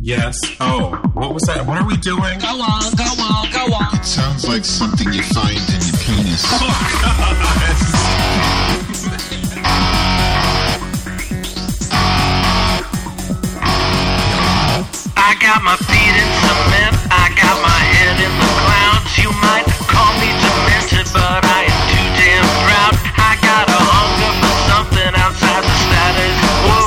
Yes. Oh, what was that? What are we doing? Go on, go on, go on. Sounds like something you find in your penis. I got my feet in cement, I got my head in the clouds. You might call me demented, but I am too damn proud. I got a hunger for something outside the status quo.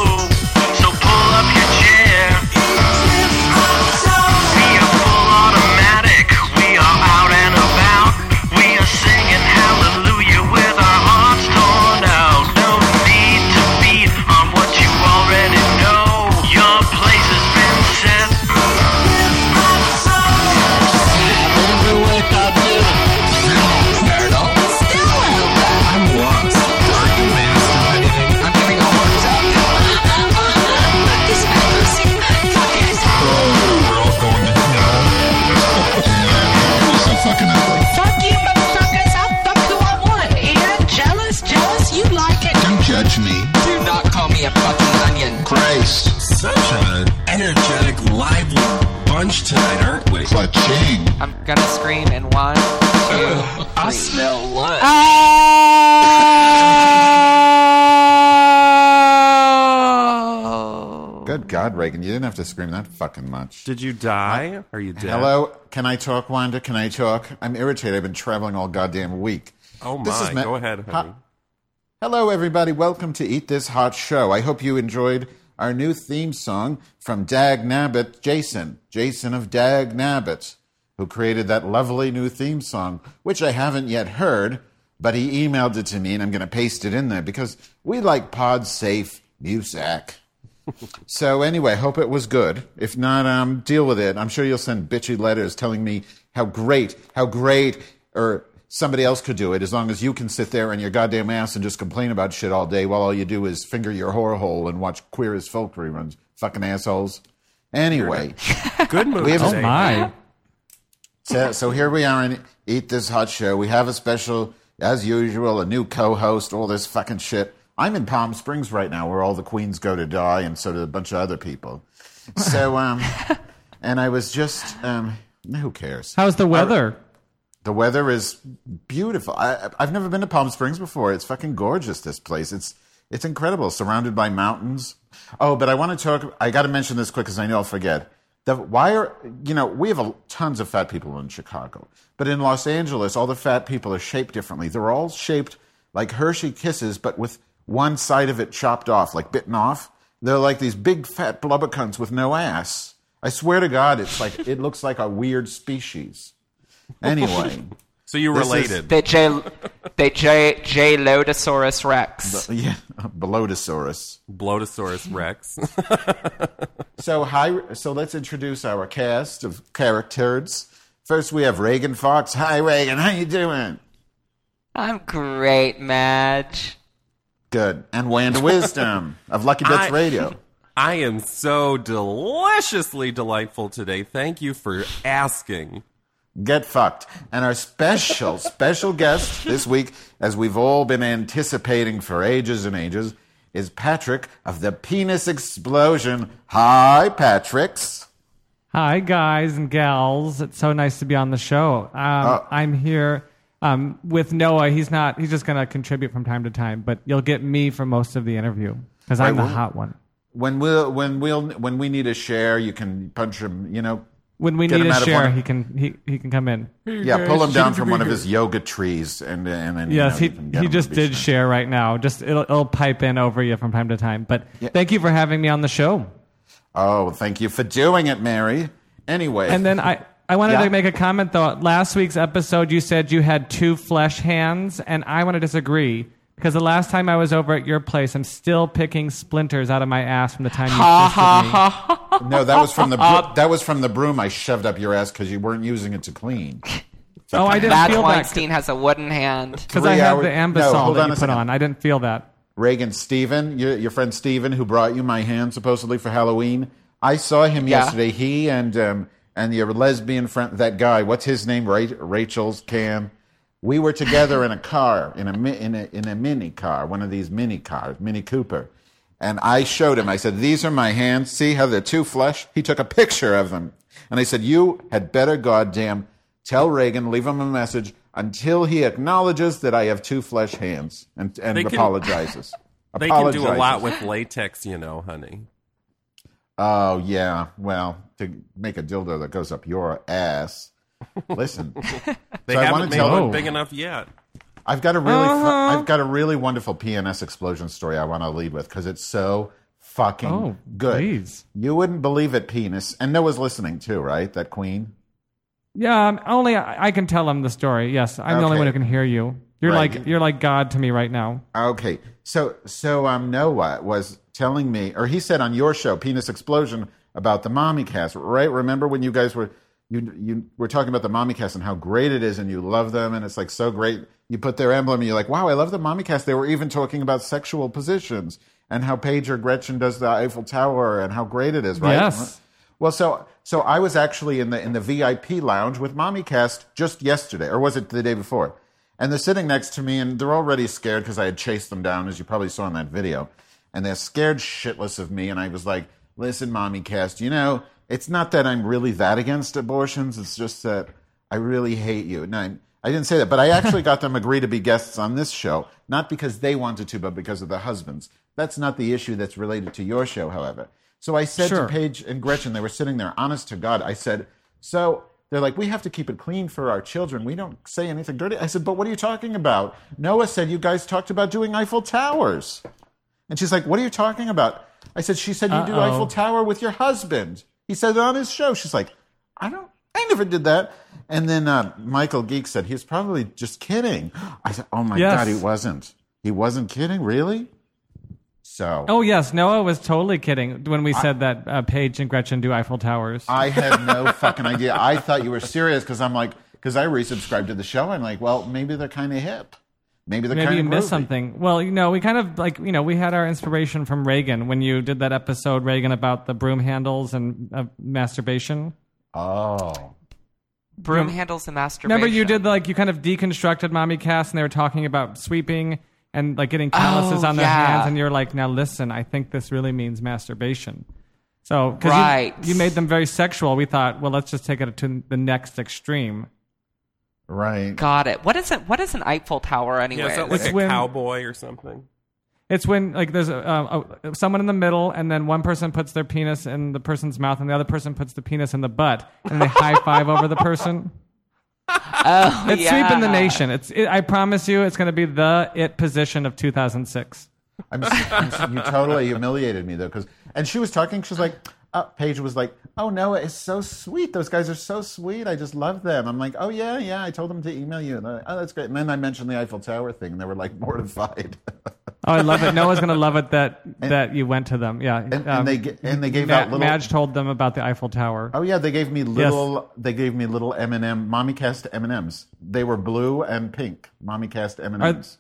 So pull up your chair. We are full automatic, we are out and about. We are singing hallelujah with our hearts torn out. No need to beat on what you already know. Your place has been set. I'm lost. Are you masturbating? I'm getting all worked up. Oh, we're all going to hell. You're so fucking ugly. Fuck you, motherfuckers. I'll fuck who I want. And jealous, jealous, you like it. Don't judge me. Do not call me a fucking onion. Christ. Such an energetic, lively bunch tonight, aren't we? Clutching. I'm gonna scream in one, two, Uh, I three. smell what? Good God, Reagan, you didn't have to scream that fucking much. Did you die? Are you dead? Hello, can I talk, Wanda? Can I talk? I'm irritated. I've been traveling all goddamn week. Oh my. This is Matt- Go ahead, Huh? honey. Hello, everybody. Welcome to Eat This Hot Show. I hope you enjoyed our new theme song from Dag Nabbit, Jason, Jason of Dag Nabbit, who created that lovely new theme song, which I haven't yet heard, but he emailed it to me, and I'm going to paste it in there because we like pod safe music. So anyway, hope it was good. If not, um, deal with it. I'm sure you'll send bitchy letters telling me how great, how great, or somebody else could do it. As long as you can sit there on your goddamn ass and just complain about shit all day, while all you do is finger your whore hole and watch Queer as Folk reruns. Fucking assholes. Anyway, Good move. have- today. Oh My. so, so here we are in Eat This Hot Show. We have a special, as usual, a new co-host, all this fucking shit. I'm in Palm Springs right now, where all the queens go to die, and so do a bunch of other people. So, um, and I was just, um, who cares? How's the weather? The weather is beautiful. I, I've never been to Palm Springs before. It's fucking gorgeous. This place. It's it's incredible. Surrounded by mountains. Oh, but I want to talk. I got to mention this quick because I know I'll forget. The, why are you know we have a, tons of fat people in Chicago, but in Los Angeles, all the fat people are shaped differently. They're all shaped like Hershey Kisses, but with one side of it chopped off, like bitten off. They're like these big fat blubber cunts with no ass. I swear to God, it's like it looks like a weird species. Anyway, So you This is- related. They J, they J, J Lodosaurus Rex. yeah, Belotosaurus. Blotosaurus Rex. So hi. So let's introduce our cast of characters. First, we have Reagan Fox. Hi, Reagan. How you doing? I'm great, Madge. Good. And Wanda Wisdom of Lucky Bits I- Radio. I am so deliciously delightful today. Thank you for asking. Get fucked. And our special, special guest this week, as we've all been anticipating for ages and ages, is Patrick of the Penis Explosion. Hi, Patricks. Hi, guys and gals. It's so nice to be on the show. Um, Uh, I'm here um, with Noah. He's not. He's just gonna contribute from time to time, but you'll get me for most of the interview because I'm the well- hot one. When we'll when we'll when we need a share, you can punch him. You know, When we Get need him out a of share, one- he can he, he can come in. yeah, pull him down from one of his yoga trees, and and then you Yes, know, you can he get he him to just be did sure. share right now. Just it'll, it'll pipe in over you from time to time. But thank you for having me on the show. Oh, thank you for doing it, Mary. Anyway, And then I, I wanted Yeah. to make a comment though. Last week's episode, you said you had two flesh hands, and I want to disagree because the last time I was over at your place, I'm still picking splinters out of my ass from the time you fisted me. no, that was from the Uh, bro- that was from the broom I shoved up your ass because you weren't using it to clean. Oh, I didn't Madge feel that Weinstein has a wooden hand. because I Three had hours- the No, ambisol hold that on you a put second. on. I didn't feel that. Reagan Steven, your, your friend Steven, who brought you my hand supposedly for Halloween. I saw him Yeah. yesterday. He and um, and your lesbian friend, that guy, what's his name? Ra- Rachel's Cam. We were together in a car, in a, mi- in a in a mini car, one of these mini cars, Mini Cooper. And I showed him. I said, These are my hands. See how they're too flush? He took a picture of them. And I said, You had better goddamn tell Reagan, leave him a message until he acknowledges that I have two flesh hands and, and They can- apologizes. They can do a Apologizes. lot with latex, you know, honey. Oh yeah, well, to make a dildo that goes up your ass. Listen, They So I wanna haven't made tell- one Oh. big Uh-huh. enough yet. I've got a really, fu- I've got a really wonderful PNS explosion story I want to lead with because it's so fucking Oh, good. please. You wouldn't believe it, penis. And Noah's listening too, right? That queen. Yeah, um, only I, I can tell him the story. Yes, I'm the only Okay. one who can hear you. You're Right. like you're like God to me right now. Okay, so so um Noah was telling me, or he said on your show, Penis Explosion, about the mommy cast, right? Remember when you guys were you you were talking about the mommy cast and how great it is, and you love them, and it's like so great. You put their emblem, and you're like, wow, I love the mommy cast. They were even talking about sexual positions and how Paige or Gretchen does the Eiffel Tower and how great it is, right? Yes. Well, so so I was actually in the in the VIP lounge with Mommy Cast just yesterday, or was it the day before? And they're sitting next to me, and they're already scared because I had chased them down, as you probably saw in that video. And they're scared shitless of me, and I was like, "Listen, Mommy Cast, you know, it's not that I'm really that against abortions. It's just that I really hate you." No, I, I didn't say that, but I actually got them agree to be guests on this show, not because they wanted to, but because of their husbands. That's not the issue that's related to your show, however. So I said Sure. to Paige and Gretchen, they were sitting there, honest to God. I said, So they're like, We have to keep it clean for our children. We don't say anything dirty. I said, But what are you talking about? Noah said, You guys talked about doing Eiffel Towers. And she's like, What are you talking about? I said, She said, You do Uh-oh. Eiffel Tower with your husband. He said it on his show. She's like, I don't, I never did that. And then uh, Michael Geek said, He's probably just kidding. I said, Oh my Yes. God, he wasn't. He wasn't kidding, really? So. Oh yes, Noah was totally kidding when we said that uh, Paige and Gretchen do Eiffel Towers. I had no fucking idea. I thought you were serious because I'm like, because I resubscribed to the show. I'm like, well, maybe they're kind of hip. Maybe they're Maybe kind you of missed something. Well, you know, we kind of like you know we had our inspiration from Reagan when you did that episode Reagan about the broom handles and uh, masturbation. Oh, Broom handles and masturbation. Remember you did like you kind of deconstructed mommy cast and they were talking about sweeping and like getting calluses Oh, on their yeah. hands and you're like, now listen, I think this really means masturbation. So 'cause you- Right. you, made them very sexual, we thought, well, let's just take it to the next extreme. right. Got it. What is it? What is an Eiffel Tower anyway? Yeah, is that like It's a when- cowboy or something? It's when like there's a, uh, a, someone in the middle and then one person puts their penis in the person's mouth and the other person puts the penis in the butt and they high five over the person. oh, It's yeah. sweeping the nation. It's it, I promise you, it's going to be the it position of 2006. I'm, I'm, you totally humiliated me though, because and she was talking. She's like, uh, Paige was like, oh Noah is so sweet. Those guys are so sweet. I just love them. I'm like, oh yeah, yeah. I told them to email you. And they're like, oh, that's great. And then I mentioned the Eiffel Tower thing, and they were like mortified. Oh, I love it. Noah's gonna love it that that you went to them. Yeah, um, and they ga- and they gave Ma- out little- Madge told them about the Eiffel Tower. Oh yeah, they gave me little. They gave me little M and M, mommy cast M and M's. They were blue and pink, mommy cast M and M's.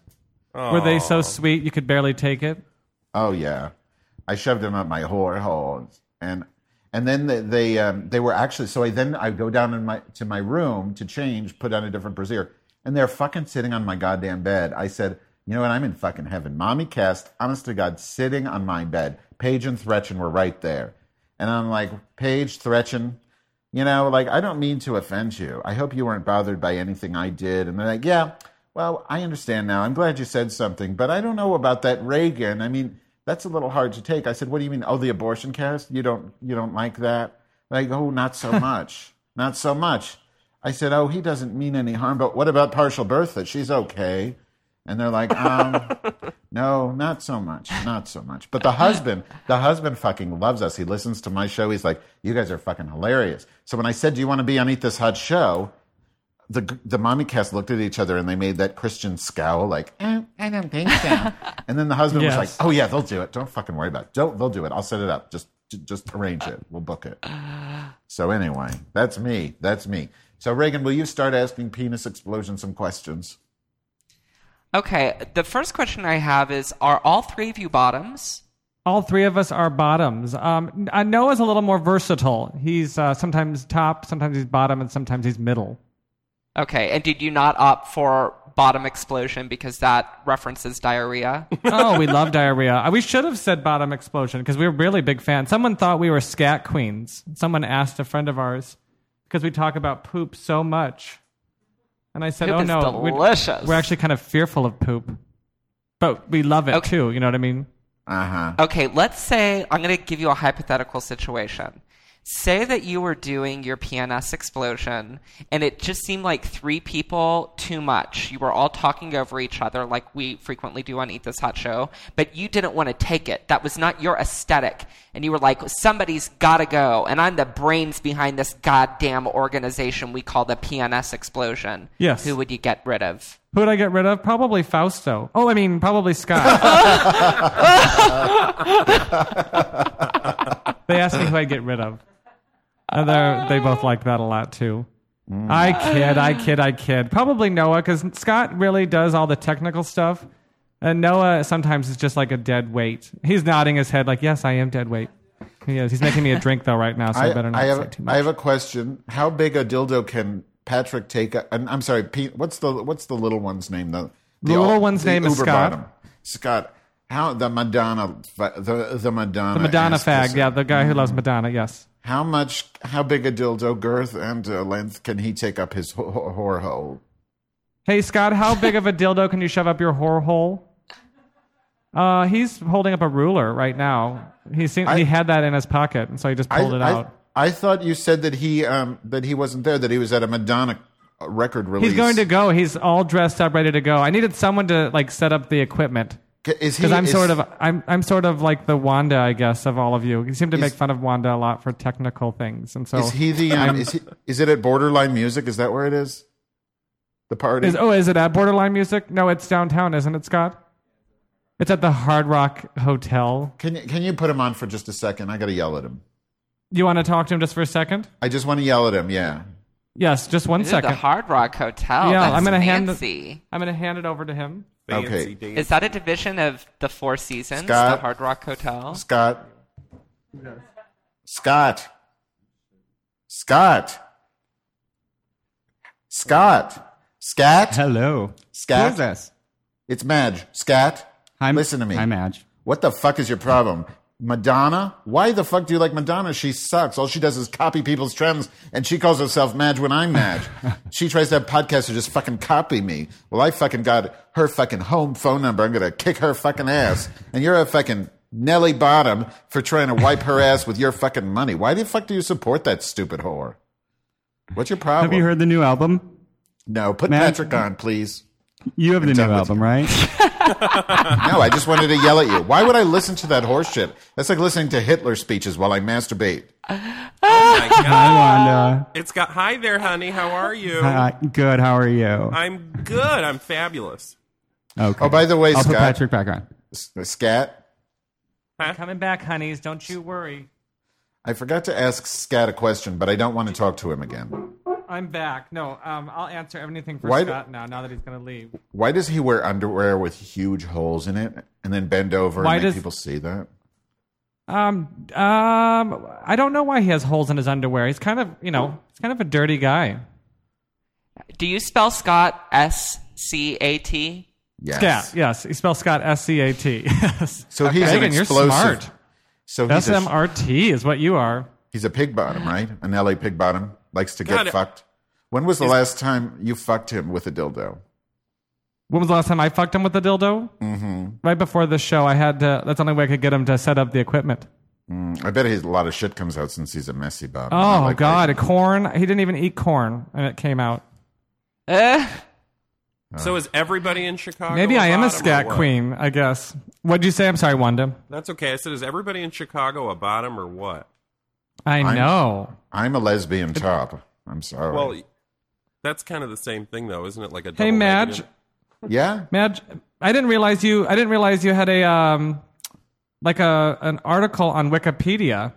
Were they so sweet you could barely take it? Oh yeah, I shoved them up my whore hole, and and then they they, um, they were actually. So I then I go down in my to my room to change, put on a different brassiere, and they're fucking sitting on my goddamn bed. I said, you know what? I'm in fucking heaven. Mommy cast, honest to God, sitting on my bed. Paige and Thretchen were right there, and I'm like, Paige, Thretchen, you know, like I don't mean to offend you. I hope you weren't bothered by anything I did. And they're like, yeah, well, I understand now. I'm glad you said something, but I don't know about that Reagan. I mean, that's a little hard to take. I said, what do you mean? Oh, the abortion cast? You don't you don't like that? Like, oh, not so much. not so much. I said, oh, he doesn't mean any harm, but what about partial Bertha? She's okay. And they're like, um, no, not so much, not so much. But the husband, the husband fucking loves us. He listens to my show. He's like, you guys are fucking hilarious. So when I said, do you want to be on Eat This Hot Show? The, the mommy cast looked at each other and they made that Christian scowl, like, eh, I don't think so. and then the husband was Yes. like, oh yeah, they'll do it. Don't fucking worry about it. Don't, they'll do it. I'll set it up. Just, just arrange it. We'll book it. So anyway, that's me. That's me. So Reagan, will you start asking Penis Explosion some questions? Okay. The first question I have is: Are all three of you bottoms? All three of us are bottoms. Um, uh, Noah's a little more versatile. He's uh, sometimes top, sometimes he's bottom, and sometimes he's middle. Okay. And did you not opt for bottom explosion because that references diarrhea. oh, we love diarrhea. Uh, We should have said bottom explosion because we were really big fans. Someone thought we were scat queens. Someone asked a friend of ours because we talk about poop so much. And I said, Poop oh is no, we- delicious." We're actually kind of fearful of poop, but we love it Okay. too. You know what I mean? Uh huh. Okay, let's say I'm going to give you a hypothetical situation. Say that you were doing your PNS explosion and it just seemed like three people too much. You were all talking over each other like we frequently do on Eat This Hot Show, but you didn't want to take it. That was not your aesthetic. And you were like, somebody's got to go. And I'm the brains behind this goddamn organization we call the PNS explosion. Yes. Who would you get rid of? Who would I get rid of? Probably Fausto. Oh, I mean, probably Scott. they asked me who I'd get rid of. And they're- they both like that a lot too. Mm. I kid, I kid, I kid. Probably Noah, because Scott really does all the technical stuff. And Noah sometimes is just like a dead weight. He's nodding his head, like, yes, I am dead weight. He is. He's making me a drink, though, right now, so I, better not I say have, too much. I have a question. How big a dildo can Patrick take? A, and I'm sorry, Pete. What's the what's the little one's name? The, The little one's name is Scott. Scott. How the Madonna the the Madonna the Madonna asked this. fag, yeah, the guy who loves Madonna, yes. How much? How big a dildo girth and uh, length can he take up his wh- wh- whore hole? Hey Scott, how big of a dildo can you shove up your whore hole? Uh, he's holding up a ruler right now. He seemed, I- he had that in his pocket, and so he just pulled it I, out. I thought you said that he um, that he wasn't there. That he was at a Madonna uh, record release. he's going to go. He's all dressed up, ready to go. I needed someone to like set up the equipment G- Is he? because I'm is- sort of I'm I'm sort of like the Wanda, I guess, of all of you. You seem to make fun of Wanda a lot for technical things, and so Is he the? Um, is he? Is it at Borderline Music? Is that where it is? The party. Is oh, is it at Borderline Music? No, it's downtown, isn't it, Scott? It's at the Hard Rock Hotel. Can you, can you put him on for just a second? I got to yell at him. You want to talk to him just for a second? I just want to yell at him. Yeah. Yes, just one Ooh, second. the Hard Rock Hotel. Yeah, That's I'm gonna hand the- fancy. I'm gonna hand it over to him. Okay. Is that a division of the Four Seasons, the Scott? Hard Rock Hotel? Scott. Scott. Scott. Scott. Scat. Hello. Scat. Who's this? It's Madge. Scat. Hi, Listen to me. Hi, Madge. What the fuck is your problem? Madonna? Why the fuck do you like Madonna? She sucks. All she does is copy people's trends, and she calls herself Madge when I'm Madge. she tries to have podcasts to just fucking copy me. Well, I fucking got her fucking home phone number. I'm gonna kick her fucking ass. And you're a fucking Nelly Bottom for trying to wipe her ass with your fucking money. Why the fuck do you support that stupid whore? What's your problem? Have you heard the new album? No, put Madge- Patrick on, please. You have the new done with album, you. right? No, I just wanted to yell at you. Why would I listen to that horse shit? That's like listening to Hitler speeches while I masturbate. Oh my Hi, God. Wanda. It's got hi there, honey. How are you? Hi, good. How are you? I'm good. I'm fabulous. Okay. Oh, by the way, I'll put Scott- Patrick back on. S- Scat. Coming back, honeys. Don't you worry. I forgot to ask Scat a question, but I don't want to talk to him again. I'm back. No, um, I'll answer everything for Why- Scott now. Now that he's gonna leave. Why does he wear underwear with huge holes in it and then bend over Why and make does- people see that? Um, um, I don't know why he has holes in his underwear. He's kind of, you know, he's kind of a dirty guy. Do you spell Scott S C A T? Yes. Scat. Yes, he spells Scott S C A T. Yes. So he's an Megan, you're explosive. smart. So he's S M a, R T is what you are. he's a pig bottom, right? An LA pig bottom likes to get God. fucked. When was the last time you fucked him with a dildo? When was the last time I fucked him with a dildo? Mm-hmm. Right before the show, I had to. That's the only way I could get him to set up the equipment. I bet he's, a lot of shit comes out since he's a messy bottom. Oh Not like God, I- a corn! He didn't even eat corn, and it came out. Oh. So is everybody in Chicago? Maybe I am bottom a or scat what? queen. I guess. What'd you say? I'm sorry, Wanda. That's okay. I said, is everybody in Chicago a bottom or what? I know. I'm a lesbian top. I'm sorry. Well, that's kind of the same thing, though, isn't it? Like a Hey, double Madge. negative? yeah. Madge, I didn't realize you. I didn't realize you had a um, like a an article on Wikipedia.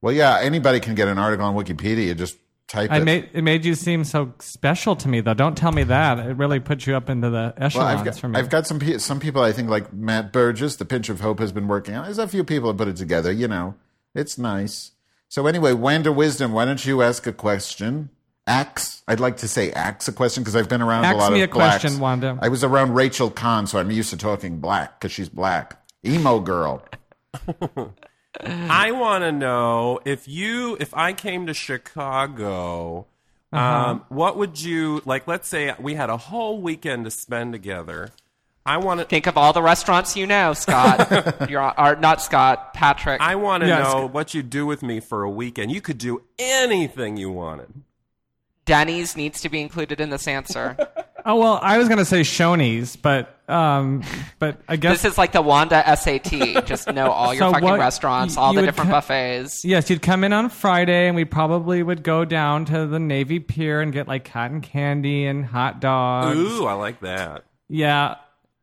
Well, yeah. Anybody can get an article on Wikipedia. Just type I it. made it made you seem so special to me, though. Don't tell me that. It really put you up into the Well, echelons I've got, for me. I've got some pe- some people I think like Matt Burgess, the Pinch of Hope has been working on. There's a few people that put it together. You know, it's nice. So anyway, Wanda Wisdom, why don't you ask a question? axe. I'd like to say axe a question because I've been around Ax a lot me of a blacks. question, Wanda. I was around Rachel Kahn, so I'm used to talking black because she's black. Emo girl. I want to know if you, if I came to Chicago, Uh-huh. um, what would you like? Let's say we had a whole weekend to spend together. I want to. Think of all the restaurants you know, Scott. You're or not Scott, Patrick. I want to Yes. know what you'd do with me for a weekend. You could do anything you wanted. Denny's needs to be included in this answer. Oh well, I was gonna say Shoney's, but um, but I guess this is like the Wanda SAT. Just know all your So fucking what- restaurants, y- all you the would different co- buffets. yes, you'd come in on Friday, and we probably would go down to the Navy Pier and get like cotton candy and hot dogs. Ooh, I like that. Yeah.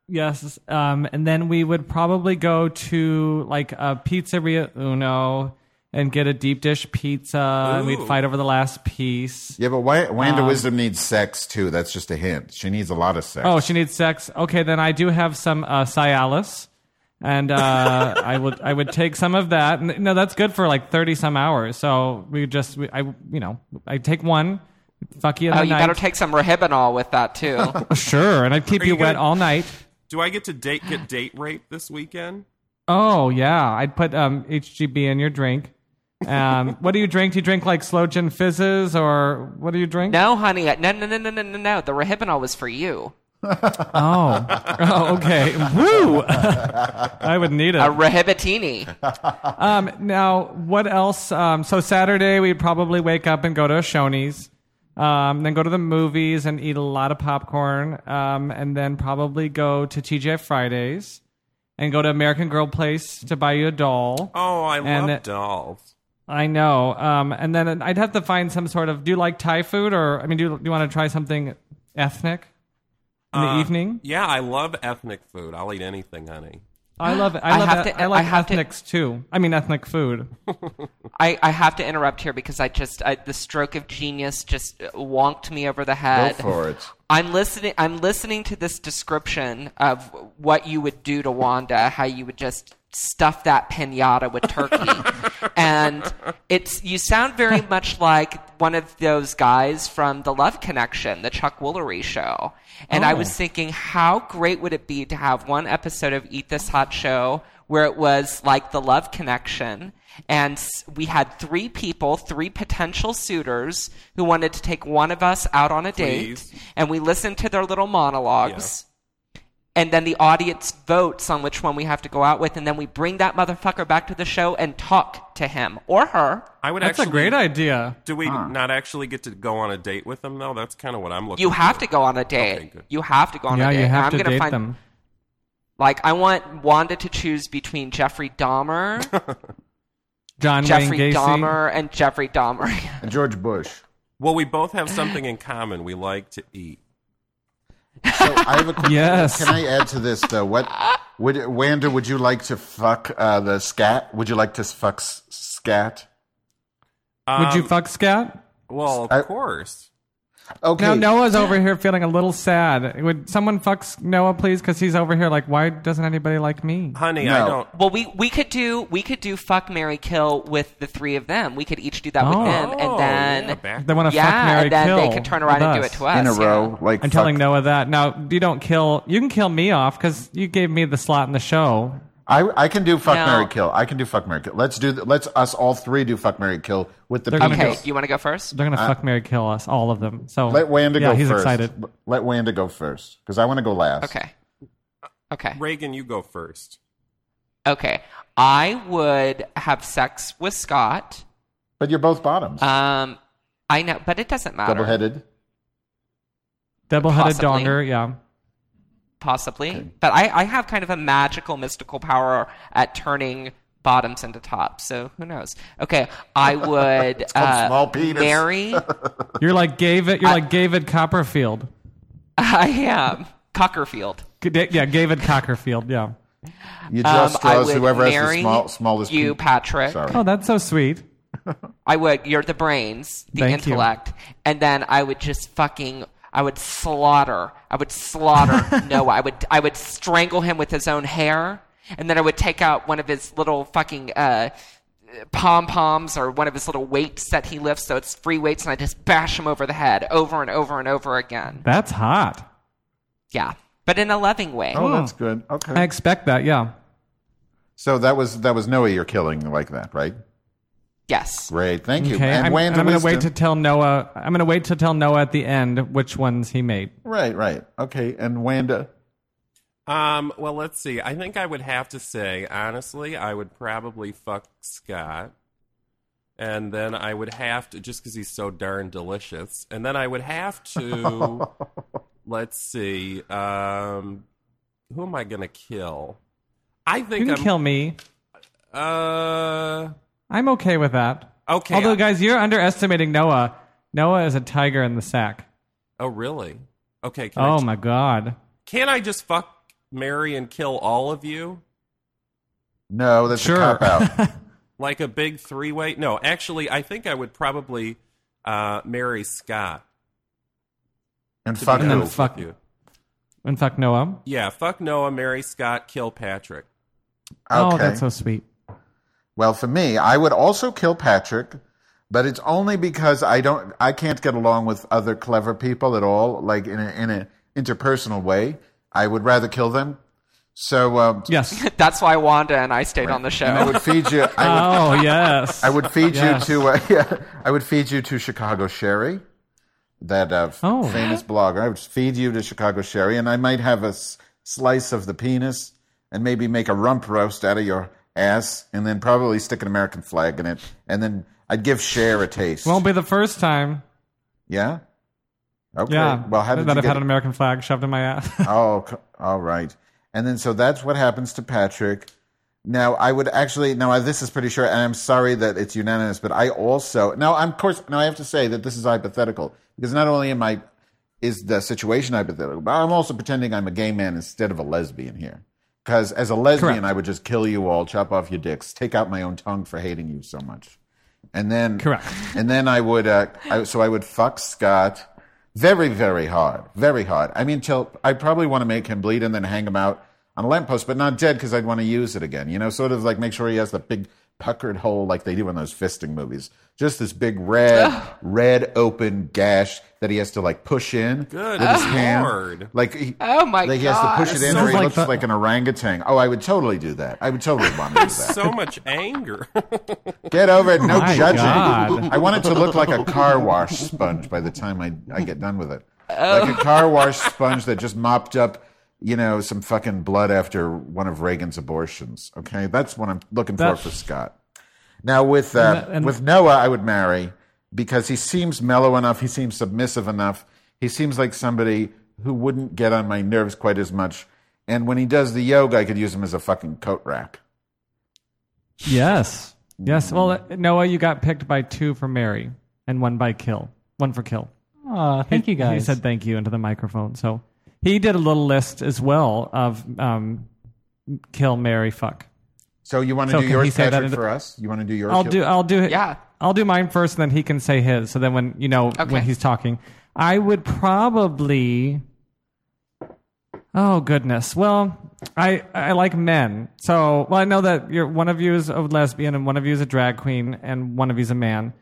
Yes. Um, and then we would probably go to like a pizzeria Uno and get a deep dish pizza, and Ooh. we'd fight over the last piece. Yeah, but why, Wanda Um, Wisdom needs sex too. That's just a hint. She needs a lot of sex. Oh, she needs sex. Okay, then I do have some uh, Cialis, and uh, I would I would take some of that. N- No, that's good for like thirty some hours. So we just we, I you know I take one, fuck you. in Oh, the you night. Oh, better take some Rohibinol with that too. sure, and I'd keep you you, wet gonna- all night. Do I get to date get date rape this weekend? Oh yeah, I'd put um, HGB in your drink. Um, what do you drink? Do you drink like slow gin fizzes or what do you drink? no, honey. I- No, no, no, no, no, no, no. The Rohibinol was for you. Oh, oh, okay. Woo! I would need it. A Rohibitini. Um, now, what else? Um, so Saturday we'd probably wake up and go to a Shoney's, um, then go to the movies and eat a lot of popcorn, um, and then probably go to TJ Fridays and go to American Girl Place to buy you a doll. Oh, I And love it- dolls. I know. Um, and then I'd have to find some sort of. Do you like Thai food, or I mean, do you, do you want to try something ethnic in the Uh, evening? Yeah, I love ethnic food. I'll eat anything, honey. I love. I I love. have that- to- I I like have to- ethnics too. I mean, ethnic food. I, I have to interrupt here because I just I, the stroke of genius just wonked me over the Go head. for it. I'm listening. I'm listening to this description of what you would do to Wanda, how you would just stuff that pinata with turkey, and it's you sound very much like one of those guys from the Love Connection, the Chuck Woolery show. And I was thinking, how great would it be to have one episode of Eat This Hot Show where it was like the Love Connection. And s- we had three people, three potential suitors who wanted to take one of us out on a Please. date and we listen to their little monologues. And then the audience votes on which one we have to go out with, and then we bring that motherfucker back to the show and talk to him or her. I would That's actually a great idea. Do we not actually get to go on a date with them though? That's kind of what I'm looking. You have for. to go on a date. Okay, good. you have to go on Yeah, a date. you And have I'm to gonna date find, them. Like, I want Wanda to choose between Jeffrey Dahmer, John Jeffrey Wayne Gacy. Dahmer, and Jeffrey Dahmer. And George Bush. Well, we both have something in common. We like to eat. So I have a question. Yes. Can I add to this though? What would Wanda? Would you like to fuck uh, the scat? Would you like to fuck s- scat? Um, Would Um, you fuck Scat? Well, of I- course. Okay. Now Noah's over here feeling a little sad. Would someone fuck Noah, please? Because he's over here like, why doesn't anybody like me? Honey, No. I don't. well, we, we could do we could do fuck Mary Kill with the three of them. We could each do that Oh. with them, and Oh, then yeah, back- They want to fuck, yeah, marry, and then kill. they could turn around with and do us. it to us in a yeah. row, like I'm telling fuck- Noah that. Now you don't kill. You can kill me off because you gave me the slot in the show. I, I can do fuck No. Mary Kill. I can do fuck Mary Kill. Let's do. th- Let's us all three do fuck Mary Kill with the They're gonna Okay, penis. go- you want to go first? They're gonna fuck, marry, kill us, all of them. So Uh, Let Wanda yeah, go he's first. excited. L- Let Wanda go first because I want to go last. Okay. Okay. Reagan, you go first. Okay. I would have sex with Scott. But you're both bottoms, Um, I know, but it doesn't matter. double-headed. Double-headed Possibly. donger. Yeah. Possibly. But I, I have kind of a magical, mystical power at turning bottoms into tops. So who knows? Okay. I would called uh, small penis. marry. You're like David. You're like David Copperfield. I am. Cockerfield. Good day- Yeah, David Cockerfield. Yeah. You Um, just I draws would whoever has marry the small, smallest. you, penis. Patrick. Sorry. Oh, that's so sweet. I would. You're the brains, the Thank you. intellect, and then I would just fucking. I would slaughter. I would slaughter Noah. I would. I would strangle him with his own hair, and then I would take out one of his little fucking uh, pom poms or one of his little weights that he lifts. So it's free weights, and I just bash him over the head over and over and over again. That's hot. Yeah, but in a loving way. Oh, that's good. I Okay. expect that. Yeah. So that was that was Noah you're killing like that, right? Yes. Great. Thank you. Okay. And I'm, Wayne and I'm gonna wait to Wisdom- tell Noah. I'm gonna wait to tell Noah at the end which ones he made. Right, right. Okay. And Wanda. Um, well, let's see. I think I would have to say, honestly, I would probably fuck Scott. And then I would have to, just because he's so darn delicious. And then I would have to, let's see, um, who am I going to kill? I You think can I'm. kill me. Uh, I'm okay with that. okay. um, Although, guys, you're underestimating Noah. Noah is a tiger in the sack. oh, really? Okay. Can Oh I, my god. Can I just fuck, marry, and kill all of you? No, that's Sure. a cop out. Like a big three way? No, actually, I think I would probably uh, marry Scott. And fuck And then who? fuck you. And fuck Noah. Yeah, fuck Noah, Mary Scott, kill Patrick. Oh, Okay. that's so sweet. Well, for me, I would also kill Patrick, but it's only because I don't, I can't get along with other clever people at all, like in a, in a interpersonal way. I would rather kill them. So um, Yes. That's why Wanda and I stayed on the I show. would feed you. I would, oh yes. I would feed Yes. you to. Uh, yeah, I would feed you to Chicago Sherry, that uh, f- Oh. famous blogger. I would feed you to Chicago Sherry, and I might have a s- slice of the penis, and maybe make a rump roast out of your ass, and then probably stick an American flag in it, and then I'd give Cher a taste. Won't be the first time. yeah. Okay. Yeah. Well, how did that you I've get had an American flag shoved in my ass. Oh, c- all right. And then so that's what happens to Patrick. Now I would actually now I- this is pretty sure, and I'm sorry that it's unanimous, but I also now I'm of course now I have to say that this is hypothetical because not only am I is the situation hypothetical, but I'm also pretending I'm a gay man instead of a lesbian here. Because as a lesbian, I would just kill you all, chop off your dicks, take out my own tongue for hating you so much, and then Correct. And then I would uh, I, so I would fuck Scott very, very hard, very hard. I mean, till I probably want to make him bleed and then hang him out on a lamppost, but not dead because I'd want to use it again. You know, sort of like make sure he has the big puckered hole like they do in those fisting movies. Just this big red, red open gash that he has to like push in Good with his hand. lord. Like he, Oh, my like he has to God. push it in, Sounds or he like looks the- like an orangutan. Oh, I would totally do that. I would totally want to do that. So much anger. Get over it. No My judging. God. I want it to look like a car wash sponge by the time I, I get done with it. Like a car wash sponge that just mopped up, you know, some fucking blood after one of Reagan's abortions. Okay, that's what I'm looking That's- for for Scott. Now with uh, that- and- with Noah, I would marry because he seems mellow enough. He seems submissive enough. He seems like somebody who wouldn't get on my nerves quite as much. And when he does the yoga, I could use him as a fucking coat rack. Yes. Yes. Well, Mm. Noah, you got picked by two for Mary and one by kill. One for kill. Aw, thank you He guys. said thank you into the microphone. So he did a little list as well of um, kill, Mary, fuck. So you want to So do can he yours, say that Patrick, into- for us? You want to do yours? I'll do. I'll do. Yeah. I'll do mine first, and then he can say his. So then, when you know Okay. when he's talking, I would probably. Oh goodness. Well, I I like men. So well, I know that you're one of you is a lesbian, and one of you is a drag queen, and one of you's a man.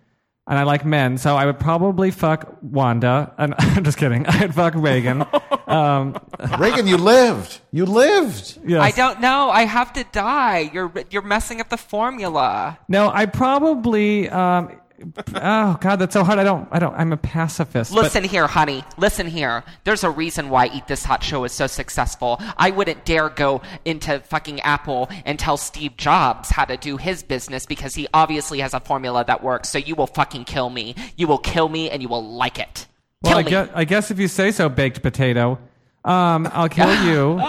And I like men, so I would probably fuck Wanda. And I'm just kidding. I'd fuck Reagan. um, Reagan, you lived. You lived. yes. I don't know. I have to die. You're you're messing up the formula. No, I probably. Um, oh God, that's so hard. I don't. I don't. I'm a pacifist. but- Listen here, honey. Listen here. There's a reason why Eat This Hot Show is so successful. I wouldn't dare go into fucking Apple and tell Steve Jobs how to do his business because he obviously has a formula that works. So you will fucking kill me. You will kill me and you will like it. Well, kill I me. guess, I guess if you say so, baked potato, um, I'll kill you.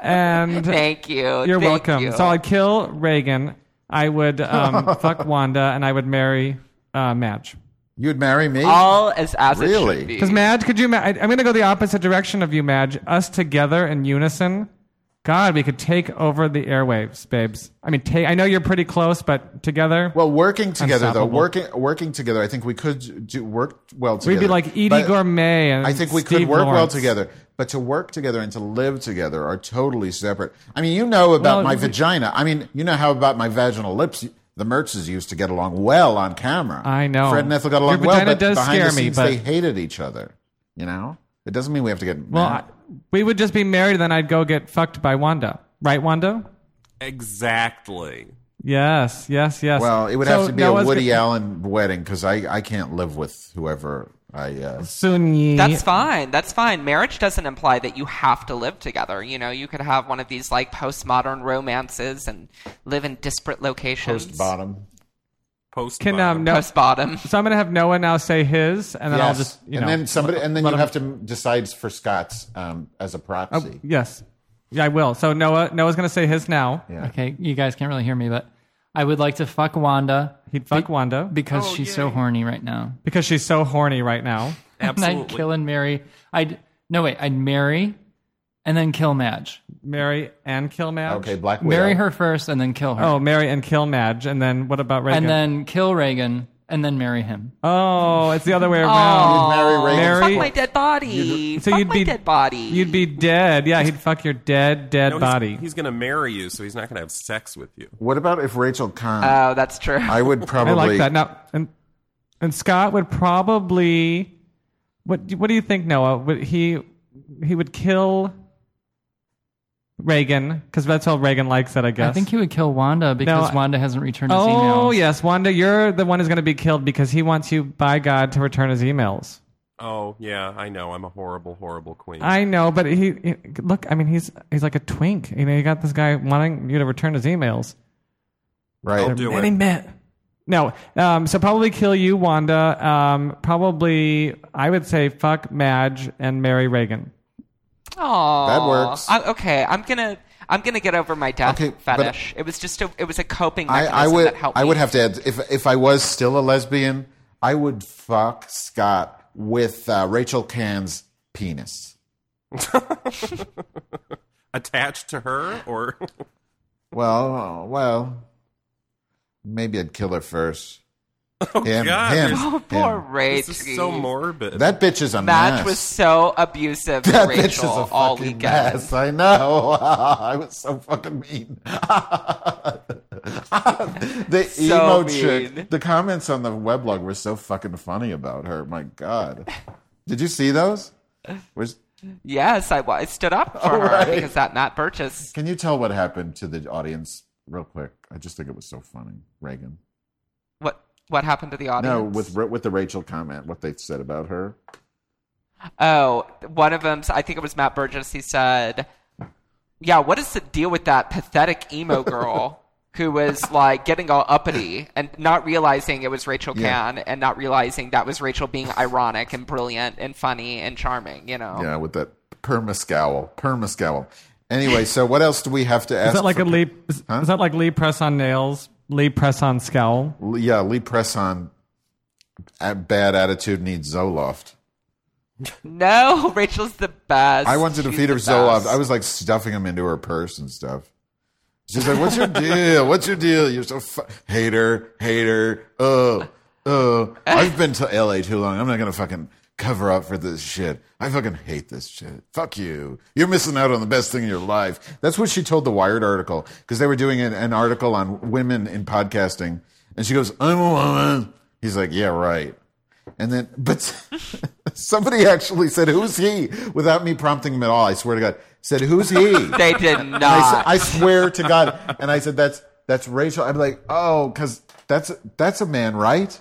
and Thank you. you're Thank welcome. you. So I'd kill Reagan. I would um, fuck Wanda, and I would marry uh, Madge. You'd marry me? All as as Really? it should be. Because Madge, could you? Ma- I, I'm going to go the opposite direction of you, Madge. Us together in unison. God, we could take over the airwaves, babes. I mean, ta- I know you're pretty close, but together, well, working together though, Unstoppable. working working together, I think we could do work well together. we'd be like Edie But Gourmet. And I think we could Steve work well Lawrence. together, but to work together and to live together are totally separate. I mean, you know about Well, my we- vagina. I mean, you know how about my vaginal lips. The Mertzes used to get along well on camera. I know. Fred and Ethel got along Your well, vagina but does behind the scare me, scenes but- they hated each other. You know, it doesn't mean we have to get. Well, mad. I, we would just be married, and then I'd go get fucked by Wanda, right, Wanda? Exactly. Yes, yes, yes. Well, it would have So to be Noah's a Woody gonna- Allen wedding because I, I can't live with whoever I. Uh, Soon ye. That's fine. That's fine. Marriage doesn't imply that you have to live together. You know, you could have one of these like postmodern romances and live in disparate locations. bottom. Post Can um, no, Post bottom. so I'm gonna have Noah now say his, and then I'll Yes. just you and know. then somebody, and then let you him- have to decide for Scott's um, as a proxy. Oh, yes, yeah, I will. So Noah, Noah's gonna say his now. Yeah. Okay, you guys can't really hear me, but I would like to fuck Wanda He'd fuck Wanda because she's so horny right now. because she's so horny right now. And Absolutely. I'd kill and marry. I'd no wait. I'd marry, and then kill Madge. Marry and kill Madge. Okay, Black Widow. Marry her first, and then kill her. Oh, marry and kill Madge, and then what about Reagan? and then kill Reagan, and then marry him. oh, it's the other way You'd around. marry Reagan. Mary- Fuck Very- my dead body. So Fuck you'd my be dead body. You'd be dead. Yeah, he'd fuck your dead, dead No, he's- body. He's, going to marry you, so he's not going to have sex with you. What about if Rachel Kahn? oh, that's true. I would I probably. like that. Now, and and Scott would probably. What do- What do you think, Noah? Would he he would kill Reagan because that's how Reagan likes it, I guess. I think he would kill Wanda because I- Wanda hasn't returned his emails. Oh yes, Wanda, you're the one who's going to be killed because he wants you, by God, to return his emails. Oh, yeah, I know. I'm a horrible, horrible queen. I know, but he, he- look. I mean, he's he's like a twink. You know, you got this guy wanting you to return his emails. will right. do Any it. minute. No. Um, so probably kill you, Wanda. Um, probably, I would say fuck Madge and marry Reagan. Aww. That works. I, okay, I'm gonna I'm gonna get over my death Okay, but- fetish. it was just a it was a coping I, mechanism I would. that helped. I me. would have to add if if I was still a lesbian, I would fuck Scott with uh, Rachel Kahn's penis. Attached to her, or Well, well, maybe I'd kill her first. him, God, him, there's- Oh, him. poor this is Rachel. so morbid. That bitch is a Match mess. was so abusive to that Rachel bitch is a all fucking weekend. mess. I know. I was so fucking mean. the So emo mean. chick. The comments on the weblog were so fucking funny about her. My God, did you see those? Was Yes, I, wa- I stood up for All her Oh, right. because that Matt Burgess. can you tell what happened to the audience real quick? I just think it was so funny, Reagan. What what happened to the audience? No, with with the Rachel comment, what they said about her. Oh, one of them, I think it was Matt Burgess, he said, Yeah, what is the deal with that pathetic emo girl who was like getting all uppity and not realizing it was Rachel Yeah. Kahn and not realizing that was Rachel being ironic and brilliant and funny and charming, you know? Yeah, with that permascowl, permascowl. Anyway, so what else do we have to ask? Is that like for- a Lee? Is, is that like Lee press on nails? Lee press on scowl? L- Yeah, Lee Presson. a Bad attitude needs Zoloft. No, Rachel's the best. I wanted to She's feed her the Zoloft. best. I was like stuffing him into her purse and stuff. She's like, "What's your deal? What's your deal? You're so fu- hater, hater. Oh, oh. I've been to L.A. too long. I'm not gonna fucking cover up for this shit. I fucking hate this shit. Fuck you. You're missing out on the best thing in your life. That's what she told the Wired article because they were doing an, an article on women in podcasting, and she goes, "I'm a woman." He's like, "Yeah, right." And then, but somebody actually said, "Who's he?" Without me prompting him at all. I swear to God, said, "Who's he?" They did And I, said, not. I swear to God. And I said, that's that's Rachel. I'm like, oh, because that's that's a man, right?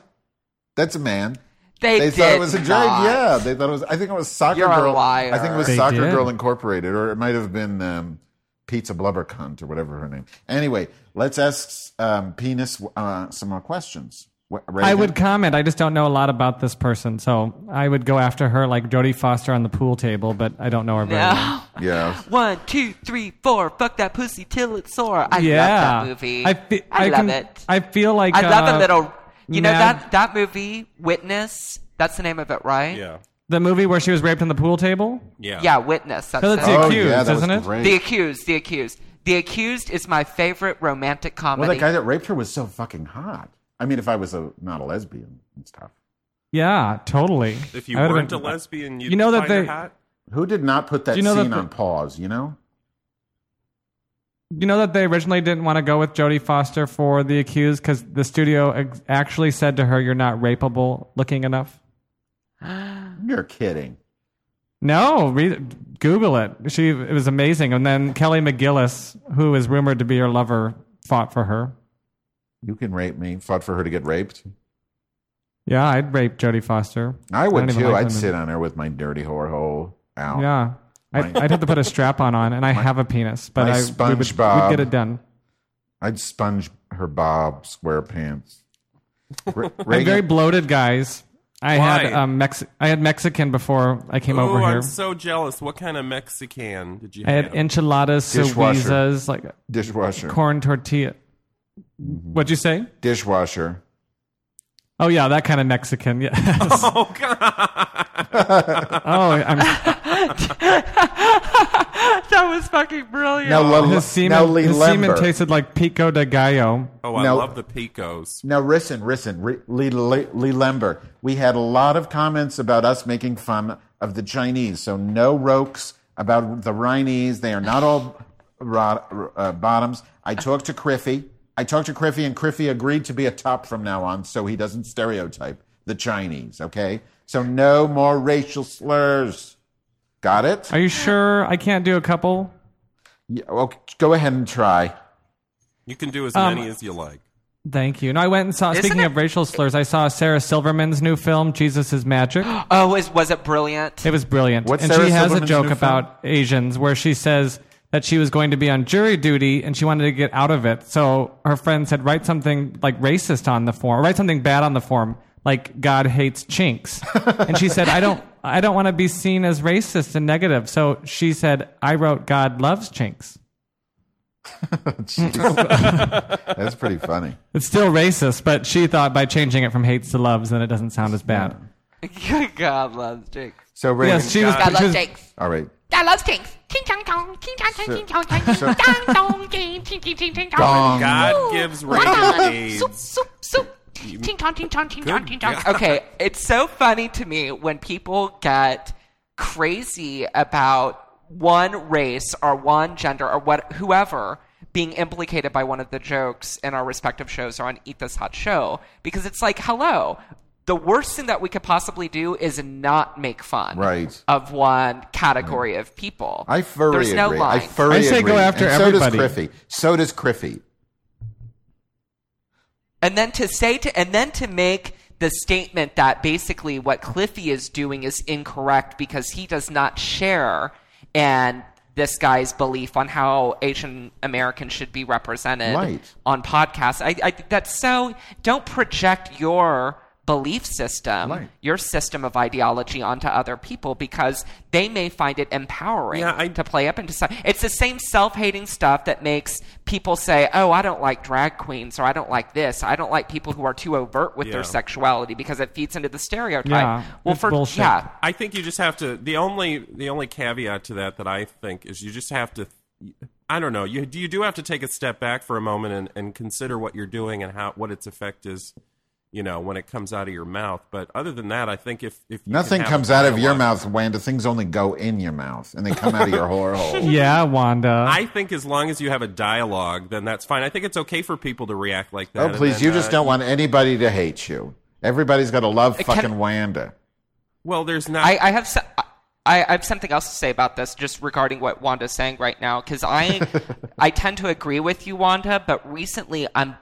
That's a man. they, They did thought it was a joke. not. Yeah, they thought it was. I think it was soccer You're a girl. liar. I think it was They soccer did. girl incorporated, or it might have been um, pizza blubber cunt or whatever her name. Anyway, let's ask um, penis uh, some more questions. What, I Reagan? would comment. I just don't know a lot about this person, so I would go after her like Jodie Foster on the pool table, but I don't know her very well. No. Yeah. One, two, three, four. Fuck that pussy till it's sore. I love that movie. I, fe- love can- it. I feel like I love uh, a little. You know Mad- that that movie, Witness. That's the name of it, right? yeah. the movie where she was raped on the pool table. Yeah. Yeah, Witness. That's No, it. that's The Accused, Oh, yeah, that isn't was it? great. The accused. The accused. The accused is my favorite romantic comedy. well, that guy that raped her was so fucking hot. I mean, if I was a not a lesbian, it's tough. Yeah, totally. If you I would've weren't been- a lesbian, you'd You know that find her they- hot. Who did not put that Do you know that scene the- on pause? You know, You know that they originally didn't want to go with Jodie Foster for The Accused because the studio ex- actually said to her, "You're not rapeable looking enough." You're kidding. No, re- Google it. She it was amazing. And then Kelly McGillis, who is rumored to be her lover, fought for her. You can rape me. Fought for her to get raped. Yeah, I'd rape Jodie Foster. I would don't even too. like I'd women. sit on her with my dirty whore hole out. Yeah. I'd, My- I'd have to put a strap on on, and I have a penis, but my I we would, SpongeBob. we'd get it done. I'd sponge her Bob SquarePants. Re- I'm very bloated, guys. I had Why? um, Mex- I had Mexican before I came over Ooh, here. I'm so jealous. What kind of Mexican did you I have? had enchiladas, Dishwasher. cervezas, like dishwasher. corn tortilla. What'd you say? dishwasher. Oh yeah, that kind of Mexican. Yes. Oh, oh God! I'm, that was fucking brilliant. Now, La- his now semen, Lee his semen Lambert. tasted like pico de gallo. Oh, I No. love the picos. Now, listen, listen, Re- Lee, Lee, Lee Lember. We had a lot of comments about us making fun of the Chinese, so no rokes about the Rhinese. They are not all ro- uh, bottoms. I talked to Criffy. I talked to Criffy, and Criffy agreed to be a top from now on, so he doesn't stereotype the Chinese. Okay, so no more racial slurs. Got it? Are you sure I can't do a couple? Yeah, okay, go ahead and try. You can do as Um, many as you like. Thank you. No, I went and saw. Isn't Speaking it- of racial slurs, I saw Sarah Silverman's new film, Jesus is Magic. Oh, is, was it brilliant? It was brilliant. What's and Sarah she has Silverman's a joke new about Asians where she says that she was going to be on jury duty and she wanted to get out of it. So her friend said, write something like racist on the form, write something bad on the form, like God hates chinks. and she said, I don't, I don't want to be seen as racist and negative. So she said, I wrote God loves chinks. That's pretty funny. It's still racist, but she thought by changing it from hates to loves, then it doesn't sound as bad. Good God, loves Jake. So, Reagan, Yes, she was. God she was- all right. I love stinks. Ting tong tong, ting tong tong, ting tong tong, So- dong dong, ting ting ting ting ting Dong. tong. God Ooh, gives what Reagan a- AIDS. Soup, soup, soup. Ting tong, ting tong, ting tong, ting tong. God. Okay, it's so funny to me when people get crazy about one race or one gender or what whoever being implicated by one of the jokes in our respective shows or on Eat This Hot Show because it's like, hello, the worst thing that we could possibly do is not make fun Right. of one category of people. I furry There's no agree. line. I furry I say agree. go after and So everybody. does Criffy. So does Criffy. and then to say to and then to make the statement that basically what Cliffy is doing is incorrect because he does not share and this guy's belief on how Asian Americans should be represented Right. on podcasts. I, I think that's so. Don't project your belief system, Right. your system of ideology onto other people because they may find it empowering Yeah, I- to play up into stuff. It's the same self-hating stuff that makes people say, "Oh, I don't like drag queens," or "I don't like this," "I don't like people who are too overt with Yeah. their sexuality," because it feeds into the stereotype. Yeah, well, it's for bullshit. yeah, I think you just have to. The only the only caveat to that that I think is you just have to. I don't know. You you do have to take a step back for a moment and, and consider what you're doing and how what its effect is. You know when it comes out of your mouth. But other than that, I think if if you can Nothing have comes a out of your dialogue- mouth, Wanda. Things only go in your mouth, and they come out of your whore hole. Yeah, Wanda. I think as long as you have a dialogue, then that's fine. I think it's okay for people to react like that. Oh, and please! then, You just uh, don't want anybody to hate you. Everybody's got to love can- fucking Wanda. Well, there's not. I, I have so- I, I have something else to say about this, just regarding what Wanda's saying right now, because I I tend to agree with you, Wanda, but recently I'm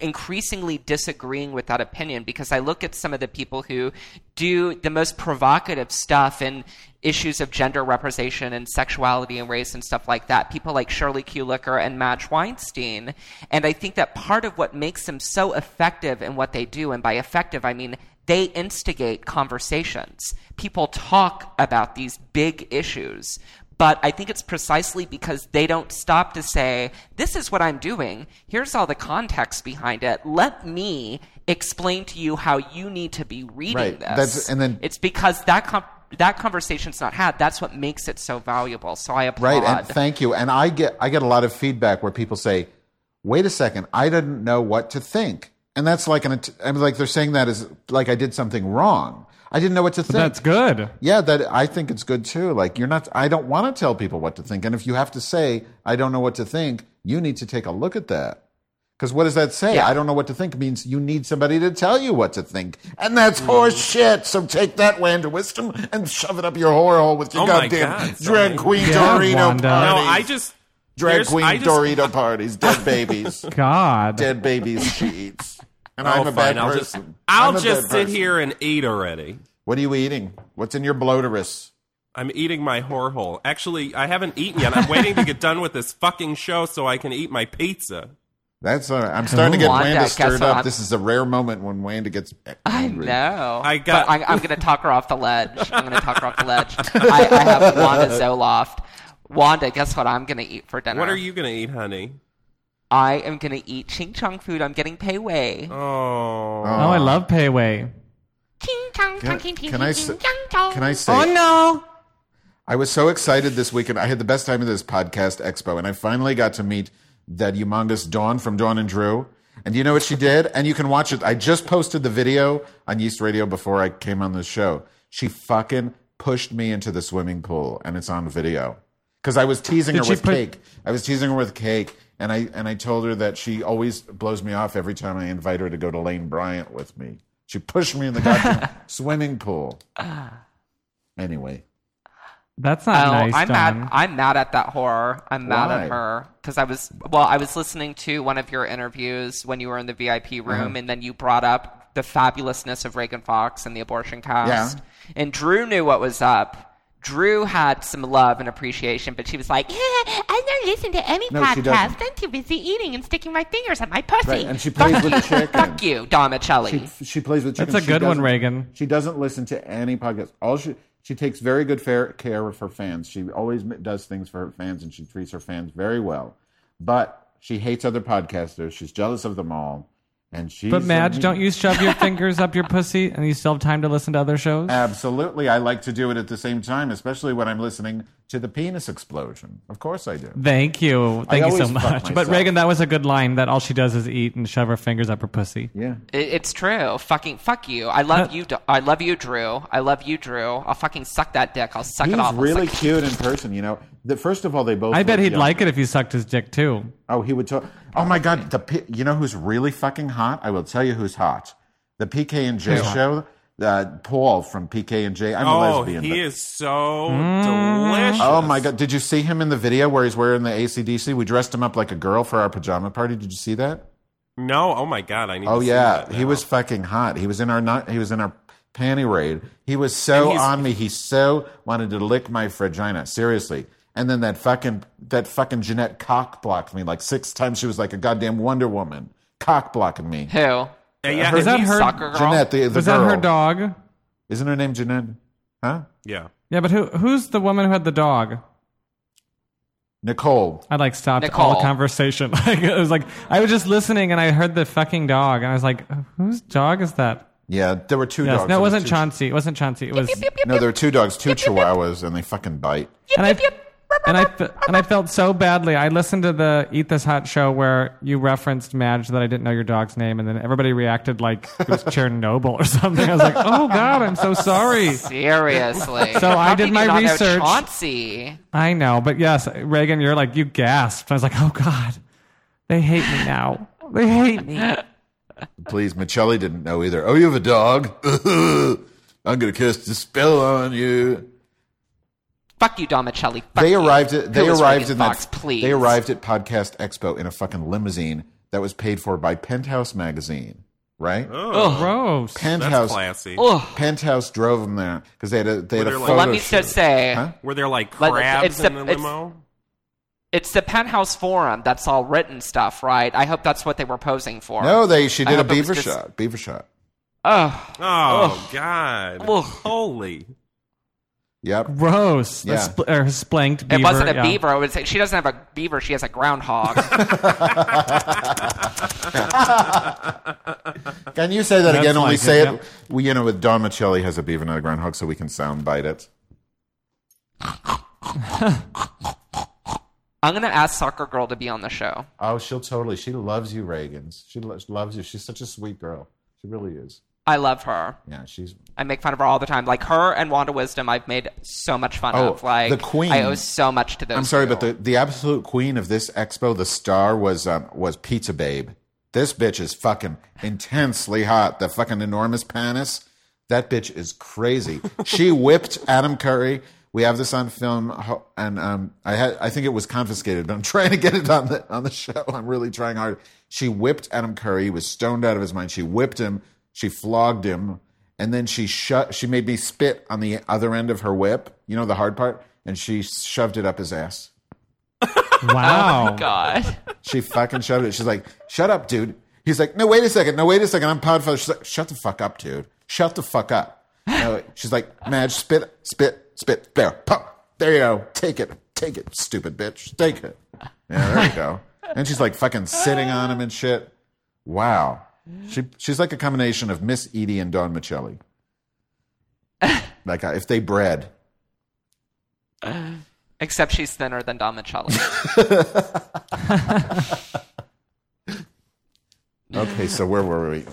increasingly disagreeing with that opinion because I look at some of the people who do the most provocative stuff in issues of gender representation and sexuality and race and stuff like that. People like Shirley Q. Licker and Madge Weinstein. And I think that part of what makes them so effective in what they do, and by effective I mean they instigate conversations. People talk about these big issues. But I think it's precisely because they don't stop to say, this is what I'm doing. Here's all the context behind it. Let me explain to you how you need to be reading Right. this. That's- and then- it's because that com- that conversation's not had. That's what makes it so valuable. So I applaud. Right, and thank you. And I get I get a lot of feedback where people say, "Wait a second, I didn't know what to think," and that's like an att- I mean, like they're saying that is like I did something wrong. I didn't know what to think. That's good. Yeah, that I think it's good too. Like you're not I don't want to tell people what to think. And if you have to say I don't know what to think, You need to take a look at that. Because what does that say? Yeah. I don't know what to think means you need somebody to tell you what to think. And that's horse Mm. shit. So take that, Wanda Wisdom, and shove it up your whore hole with your Oh my goddamn God, sorry. drag queen Yeah, Dorito Wanda. No, parties. I just drag here's- queen I just- Dorito parties, dead babies, God. dead babies she eats. And Oh, I'm a fine, bad I'll just, person. I'll I'm a just bad sit person. here and eat already. What are you eating? What's in your bloaterus? I'm eating my whore hole. Actually, I haven't eaten yet. I'm waiting to get done with this fucking show so I can eat my pizza. That's all right. I'm starting to get Wanda, Wanda guess stirred what up. I'm- This is a rare moment when Wanda gets. I angry. know. I got- But I, I'm going to talk her off the ledge. I'm going to talk her off the ledge. I, I have Wanda Zoloft. Wanda, guess what I'm going to eat for dinner? What are you going to eat, honey? I am going to eat ching chong food. I'm getting pei wei. Oh. Oh, I love Payway. Oh, Can, can I s- can I say? no. I was so excited this weekend. I had the best time at this podcast expo, and I finally got to meet that humongous Dawn from Dawn and Drew. And you know what she did? And you can watch it. I just posted the video on Yeast Radio before I came on this show. She fucking pushed me into the swimming pool, and it's on video because I was teasing Did her she with put- cake. I was teasing her with cake, and I and I told her that she always blows me off every time I invite her to go to Lane Bryant with me. She pushed me in the goddamn swimming pool. Anyway. That's not Oh, nice. I'm Don. mad. I'm mad at that horror. I'm mad Why? at her because I was well. I was listening to one of your interviews when you were in the VIP room, and then you brought up the fabulousness of Reagan Fox and the abortion cast. And Drew knew what was up. Drew had some love and appreciation, but she was like, I don't listen to any No, she podcast. doesn't. I'm too busy eating and sticking my fingers at my pussy. Right, and she plays with chicken. "Fuck you, Domicelli." She, she plays with chicken. That's a She good one, doesn't- Reagan. She doesn't listen to any podcast. All she she takes very good fair care of her fans. She always m- does things for her fans, and she treats her fans very well. But she hates other podcasters. She's jealous of them all, and she. But Madge, don't you shove your fingers up your pussy and you still have time to listen to other shows? Uh, Absolutely, I like to do it at the same time, especially when I'm listening to the penis explosion. Of course, I do. Thank you. I Thank you so always fuck much. But myself. Reagan, that was a good line that all she does is eat and shove her fingers up her pussy. Yeah. It, it's true. Fucking fuck you. I love you. Do- I love you, Drew. I love you, Drew. I'll fucking suck that dick. I'll suck He's it off. I'll really suck- cute in person, you know. The, first of all, they both. I bet look he'd young. like it if you sucked his dick too. Oh, he would talk. Oh my God, the P- you know who's really fucking hot? I will tell you who's hot. The PK and J show. Uh, Paul from PK and J. I'm a Oh, lesbian. but- Mm. he is so delicious. Oh my God! Did you see him in the video where he's wearing the ACDC? We dressed him up like a girl for our pajama party. Did you see that? No, oh my god, I need Oh to see yeah, that he now. was fucking hot. He was in our not, he was in our panty raid. He was so he's- on me. He so wanted to lick my vagina. Seriously. And then that fucking that fucking Jeanette cock blocked me like six times. She was like a goddamn Wonder Woman cock blocking me. Who? Uh, yeah, Her- and that he's- her- Soccer girl. Jeanette, the, the Was girl. that her dog? Isn't her name Jeanette? Huh? Yeah. Yeah, but who who's the woman who had the dog? Nicole. I like stopped all Nicole. conversation. Like it was like I was just listening and I heard the fucking dog and I was like, whose dog is that? Yeah, there were two Yes, dogs. no, There it were wasn't two- Chauncey. It wasn't Chauncey. It was No, there were two dogs, two chihuahuas, and they fucking bite. and I and I fe- and I felt so badly. I listened to the Eat This Hot show where you referenced Madge that I didn't know your dog's name, and then everybody reacted like it was Chernobyl or something. I was like, oh god, I'm so sorry. Seriously. So I How did can you my not know research. Chauncey. I know, but yes, Reagan, you're like you gasped. I was like, oh god, they hate me now. They hate me. Please, Michelli didn't know either. Oh, you have a dog? I'm gonna cast a spell on you. Fuck you, Domicelli. Fuck they you. arrived at they Who is arrived Reagan in Fox, that, please. they arrived at podcast expo in a fucking limousine that was paid for by penthouse magazine right Oh, Gross. that's penthouse classy. Ugh. penthouse drove them there because they had a they had a Well, photo they're Well, let me shoot. just say, Huh? Were there like Like, it's- crabs it's the- in the it's- limo? it's the penthouse forum. That's all written stuff, right? I hope that's what they were posing for. no they she I did a hope it was beaver just- shot beaver shot Oh, Oh God! Ugh. Holy! yep Gross. The Yeah. spl- or splanked beaver. it wasn't a yeah. beaver. It was, she doesn't have a beaver. She has a groundhog. can you say that That's again only like say it, it, yep. we, you know with don michelli has a beaver and a groundhog so we can sound bite it I'm gonna ask Soccer Girl to be on the show. oh she'll totally she loves you reagans she lo- loves you she's such a sweet girl she really is I love her. Yeah, she's. I make fun of her all the time. Like her and Wanda Wisdom, I've made so much fun Oh, of. Like the queen. I owe so much to those. I'm sorry, two. but the, the absolute queen of this expo, the star was um, was Pizza Babe. This bitch is fucking intensely hot. The fucking enormous panis. That bitch is crazy. she whipped Adam Curry. We have this on film, ho- and um, I had I think it was confiscated, but I'm trying to get it on the on the show. I'm really trying hard. She whipped Adam Curry. He was stoned out of his mind. She whipped him. She flogged him, and then she shut. She made me spit on the other end of her whip. You know the hard part, and she shoved it up his ass. Wow. Oh my God. She fucking shoved it. She's like, "Shut up, dude." He's like, "No, wait a second. No, wait a second. I'm Podfather." She's like, "Shut the fuck up, dude. Shut the fuck up." No, she's like, "Madge, spit, spit, spit. There, pop. There you go. Take it, take it, stupid bitch. Take it." Yeah, there you go. And she's like fucking sitting on him and shit. Wow. She she's like a combination of Miss Edie and Don Michelli. Like uh, if they bred. Except she's thinner than Don Michelli. Okay, so where were we?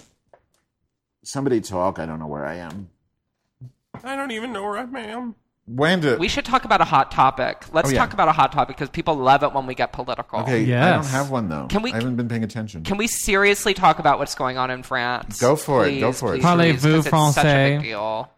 Somebody talk. I don't know where I am. I don't even know where I am. Wanda. we should talk about a hot topic. Let's Oh, yeah. talk about a hot topic because people love it when we get political. Okay, I don't have one though. Can we- I haven't been paying attention. Can we seriously talk about what's going on in France? Go for it, go Please, for please, it. please, 'cause Parlez-vous it's Such a français? big deal.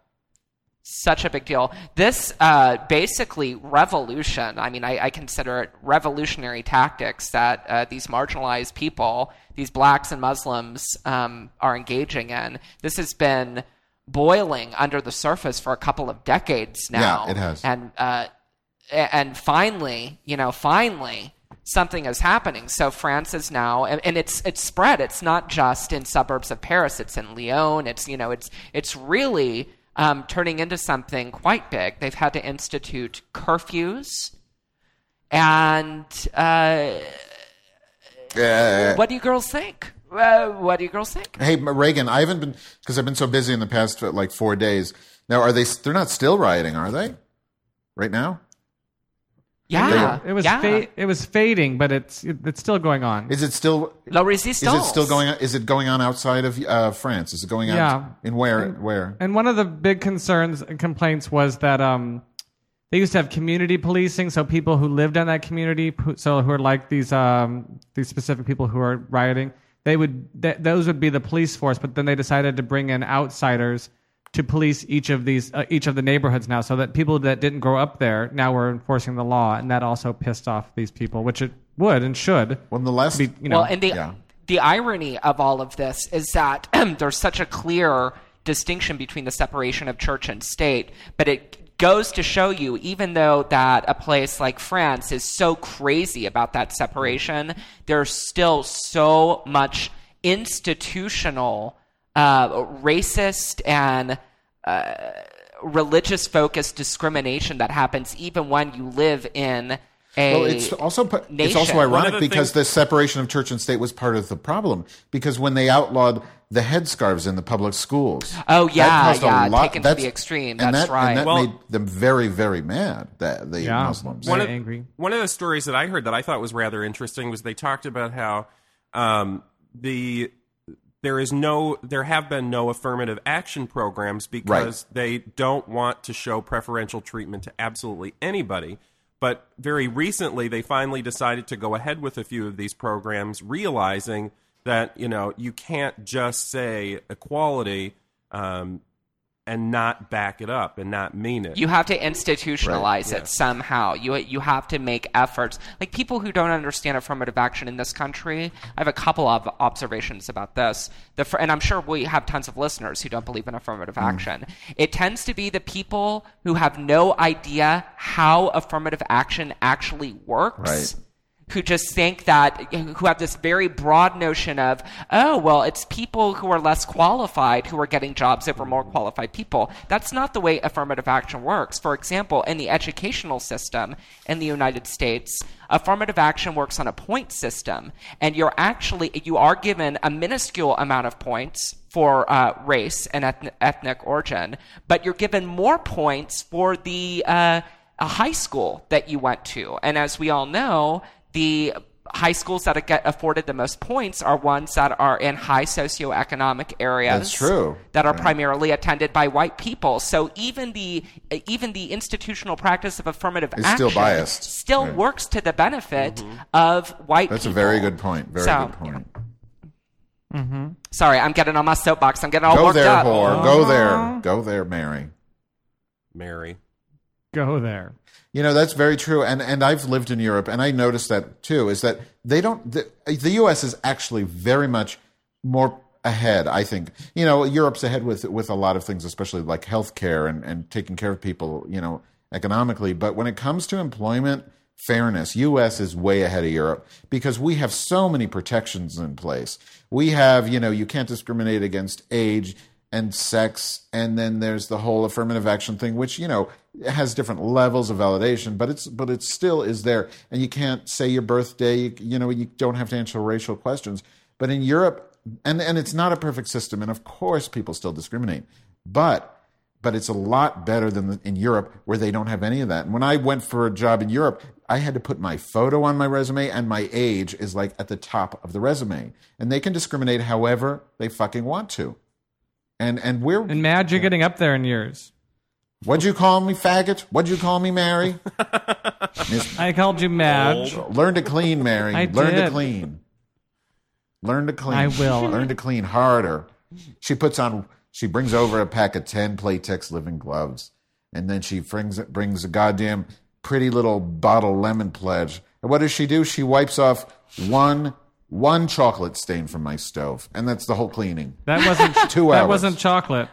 Such a big deal. This uh, basically revolution. I mean, I, I consider it revolutionary tactics that uh, these marginalized people, these blacks and Muslims, um, are engaging in. This has been boiling under the surface for a couple of decades now. Yeah, it has. And uh, a- and finally, you know, finally something is happening. So France is now, and, and it's it's spread. It's not just in suburbs of Paris. It's in Lyon. It's you know, it's it's really um, turning into something quite big. They've had to institute curfews, and uh, Yeah. what do you girls think? Uh, what do you girls think? Hey, M- Reagan, I haven't been because I've been so busy in the past uh, like four days. Now, are they? They're not still rioting, are they? Right now, Yeah, it was yeah. fa- it was fading, but it's it's still going on. is it still? La Is Resistance. it still going? on- Is it going on outside of uh, France? Is it going on? Yeah. In where? where? And one of the big concerns and complaints was that um, they used to have community policing, so people who lived in that community, who- so who are like these um, these specific people who are rioting, they would th- those would be the police force. But then they decided to bring in outsiders to police each of these uh, each of the neighborhoods now, so that people that didn't grow up there now were enforcing the law, and that also pissed off these people, which it would and should. Well, the last, be, you know, well, and the the irony of all of this is that there's such a clear distinction between the separation of church and state, but it goes to show you, even though that a place like France is so crazy about that separation, there's still so much institutional, uh, racist and religious focused discrimination that happens even when you live in a Well, it's also pu- it's nation. also of ironic the because the separation of church and state was part of the problem because when they outlawed the headscarves in the public schools, Oh, yeah, that caused a yeah, lot- taken to that's- the extreme, and that's that- right. and that Well- made them very, very mad. That the Yeah. Muslims, One one Very of, angry. One of the stories that I heard that I thought was rather interesting was they talked about how um, the there is no there have been no affirmative action programs because they don't want to show preferential treatment to absolutely anybody. But very recently, they finally decided to go ahead with a few of these programs, realizing that you know you can't just say equality um, and not back it up and not mean it. You have to institutionalize it somehow. You you have to make efforts. Like people who don't understand affirmative action in this country, I have a couple of observations about this. The fir- and I'm sure we have tons of listeners who don't believe in affirmative action. It tends to be the people who have no idea how affirmative action actually works. Right. oh, uh, uh, high schools that get afforded the most points are ones that are in high socioeconomic areas. That's true. That are Right. primarily attended by white people. So even the even the institutional practice of affirmative Is action still biased. still Right. works to the benefit of white That's a people. very good point. Very So, good point. Mm-hmm. Sorry, I'm getting on my soapbox. I'm getting all Go worked there, up. whore. Go there. Go there, Mary. Mary. Go there. You know that's very true, and and I've lived in Europe, and I noticed that too. Is that they don't the, the U.S. is actually very much more ahead. I think you know Europe's ahead with with a lot of things, especially like healthcare and and taking care of people, you know, economically. But when it comes to employment fairness, U.S. is way ahead of Europe because we have so many protections in place. We have you know you can't discriminate against age and sex and then there's the whole affirmative action thing which you know has different levels of validation but it's but it still is there and you can't say your birthday you, you know you don't have to answer racial questions but in Europe and and it's not a perfect system and of course people still discriminate but but it's a lot better than the, in Europe where they don't have any of that. And when I went for a job in Europe, I had to put my photo on my resume and my age is like at the top of the resume. And they can discriminate however they fucking want to. And and we're And Mad, you're getting up there in years. What'd you call me, faggot? What'd you call me, Mary? I called you Mad. Learn to clean, Mary. I Learn to did. clean. Learn to clean. I will. Learn to clean harder. She puts on. She brings over a pack of ten Playtex living gloves, and then she brings brings a goddamn pretty little bottle lemon pledge. And what does she do? She wipes off one one chocolate stain from my stove, and that's the whole cleaning. That wasn't two That hours. wasn't chocolate.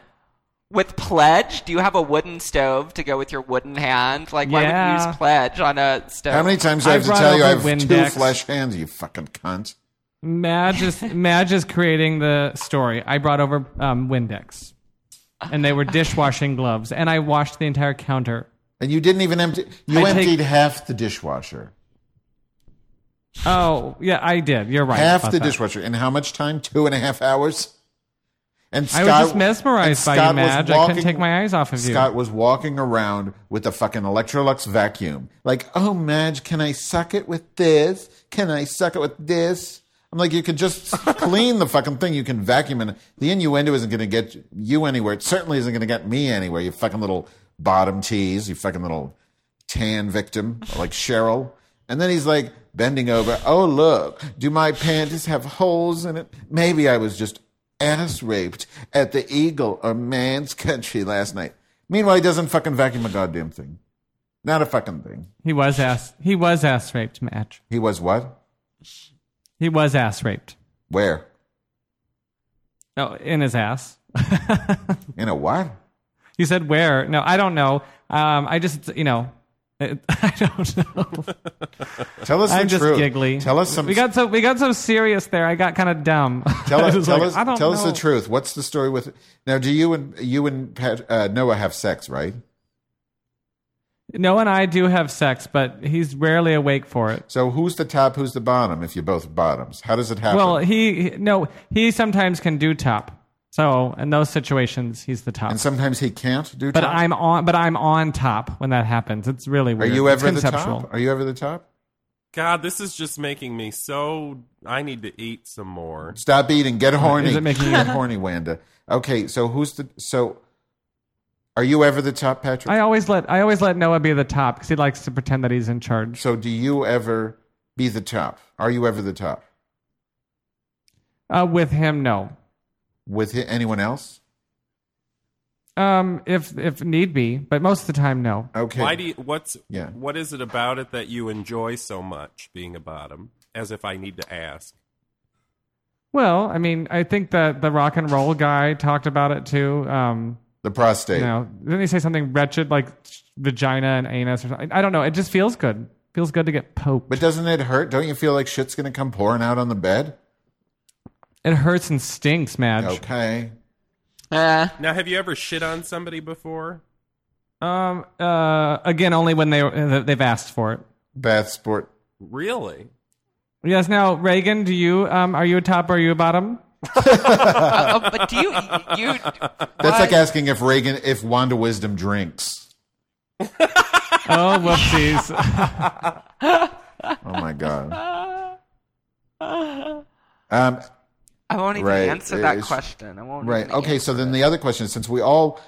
With pledge, do you have a wooden stove to go with your wooden hand? Like, why would you Yeah. use pledge on a stove? How many times do I I have to brought tell you I have over two Windex. flesh hands? You fucking cunt. Madge is Madge is creating the story. I brought over um, Windex, and they were dishwashing gloves, and I washed the entire counter. And you didn't even empty. You I take- emptied half the dishwasher. Oh yeah, I did. You're right. half about the that. dishwasher in how much time? Two and a half hours. And I Scott, was just and mesmerized by you, Scott was Madge. I couldn't walking- take my eyes off of you. Scott was walking around with a fucking Electrolux vacuum. Like, oh, Madge, can I suck it with this? Can I suck it with this? I'm like, you could just clean the fucking thing. You can vacuum, and the innuendo isn't going to get you anywhere. It certainly isn't going to get me anywhere. You fucking little bottom tease. You fucking little tan victim like Cheryl. And then he's like bending over. Oh, look, do my panties have holes in it? Maybe I was just ass raped at the Eagle or Man's Country last night. Meanwhile, he doesn't fucking vacuum a goddamn thing. Not a fucking thing. He was ass. He was ass raped, Madge. He was what? He was ass raped. Where? Oh, in his ass. In a what? You said where? No, I don't know. Um, I just you know, it, I don't know. Tell us I'm the just truth. giggly. Tell us some. We got so we got so serious there. I got kind of dumb. tell I us. was Tell, like, us, I don't tell us the know. truth. What's the story with? Now, do you and you and Pat, uh, Noah have sex, right? Noah and I do have sex, but he's rarely awake for it. So who's the top? Who's the bottom? If you're both bottoms, how does it happen? Well, he he- no, he sometimes can do top. So in those situations, he's the top. and sometimes he can't do. but top? I'm on. But I'm on top when that happens. It's really Are weird. you It's ever the conceptual. top? Are you ever the top? God, this is just making me so. I need to eat some more. Stop eating. Get horny. Is it making you- get horny, Wanda? Okay, so who's the so? Are you ever the top, Patrick? I always let I always let Noah be the top because he likes to pretend that he's in charge. so do you ever be the top? Are you ever the top Uh, with him, no. with hi- anyone else? Um, if if need be, but most of the time, no. Okay. Why do you, what's Yeah. what is it about it that you enjoy so much being a bottom? As if I need to ask. Well, I mean, I think that the rock and roll guy talked about it too. Um, the prostate. you know, didn't he say something wretched like vagina and anus or something? I don't know. It just feels good. Feels good to get poked. But doesn't it hurt? Don't you feel like shit's gonna come pouring out on the bed? It hurts and stinks, Madge. Okay. Uh, Now, have you ever shit on somebody before? Um, uh, again, only when they uh, they've asked for it. Bath sport. Really? Yes. Now, Reagan, do you um, are you a top or are you a bottom? uh, but do you you? That's what? like asking if Reagan, if Wanda Wisdom drinks. Oh, whoopsies. Oh my god. Um, I won't even answer that question. I won't Right. even Okay. So then the other question is, since we all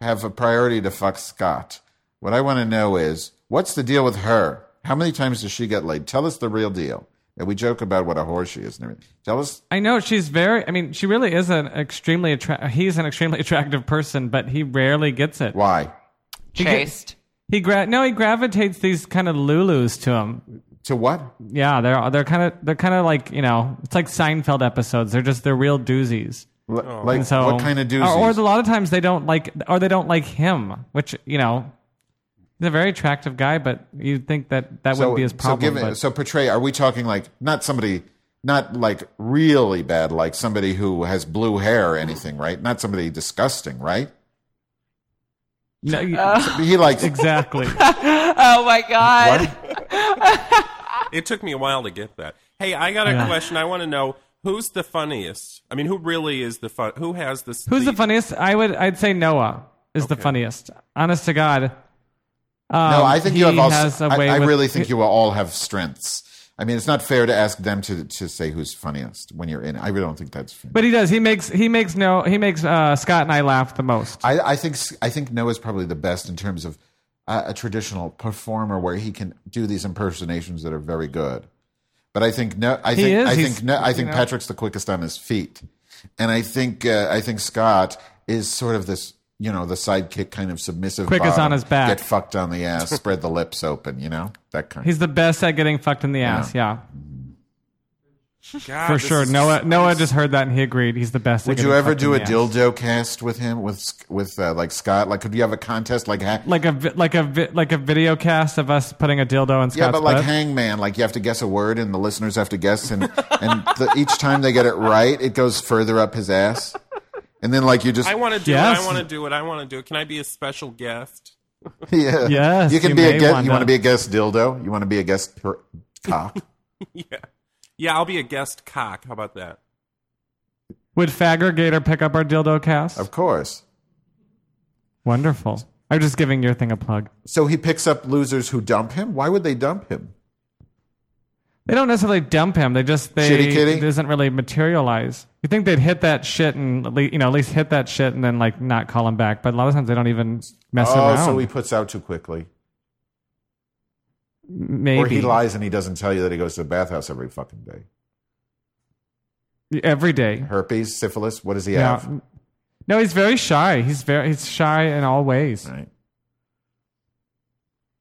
have a priority to fuck Scott, what I want to know is, what's the deal with her? How many times does she get laid? Tell us the real deal. And we joke about what a whore she is and everything. Tell us. I know she's very. I mean, she really is an extremely attra- He's an extremely attractive person, but he rarely gets it. Why? Oh, Chaste. He, gra- no, he gravitates these kind of lulus to him. To what? Yeah, they're they're kind of they're kind of like you know, it's like Seinfeld episodes. They're just they're real doozies. L- like And so- what kind of Or, or doozies? a lot of times they don't like, or they don't like him, which you know, he's a very attractive guy, but you'd think that that wouldn't be his problem. So, give it- but- so portray. Are we talking like not somebody, not like really bad, like somebody who has blue hair or anything, right? Not somebody disgusting, right? No, he likes exactly. oh my god. It took me a while to get that. Hey, I got a Yeah. question. I want to know who's the funniest. I mean, who really is the fun? Who has this? Who's the funniest? I would. I'd say Noah is the funniest. Honest to God. no, Um, I think he you have all. has a I- way I, with- really think you all have strengths. I mean, it's not fair to ask them to to say who's funniest when you're in. it. I really don't think that's. fair. But he does. He makes. He makes no. He makes uh, Scott and I laugh the most. I, I think I think Noah's probably the best in terms of uh, a traditional performer where he can do these impersonations that are very good. But I think no, I He think is. I He's- think no, I you think know. Patrick's the quickest on his feet, and I think uh, I think Scott is sort of this you know the sidekick kind of submissive Quickest bottom, on his back. get fucked on the ass spread the lips open you know that kind He's the best at getting fucked in the Yeah. ass. Yeah, God, for this sure. is- Noah. Noah just heard that and he agreed. He's the best. at Would getting you ever fucked in do a the ass. dildo cast with him with with uh, like Scott? Like, could you have a contest like ha- Like a vi- like a vi- like a video cast of us putting a dildo in Scott's yeah, but like butt? Hangman, like you have to guess a word and the listeners have to guess, and and the, each time they get it right, it goes further up his ass, and then like you just I want to do Yes. it. I want to do it. I want to do it. Can I be a special guest? yeah Yes, you can you be a may guest want you want to to. be a guest dildo you want to be a guest per- cock yeah. Yeah, I'll be a guest cock. How about that? Would Fagger Gator pick up our dildo cast? Of course. Wonderful. I'm just giving your thing a plug. so he picks up losers who dump him. Why would they dump him? They don't necessarily dump him. They just they Shitty kitty? it doesn't really materialize. You think they'd hit that shit and at le- you know at least hit that shit and then like not call him back. But a lot of times they don't even mess oh, around. so he puts out too quickly, Maybe or he lies and he doesn't tell you that he goes to the bathhouse every fucking day. every day. Herpes, syphilis. What does he Yeah. have? No, he's very shy. He's very he's shy in all ways. Right.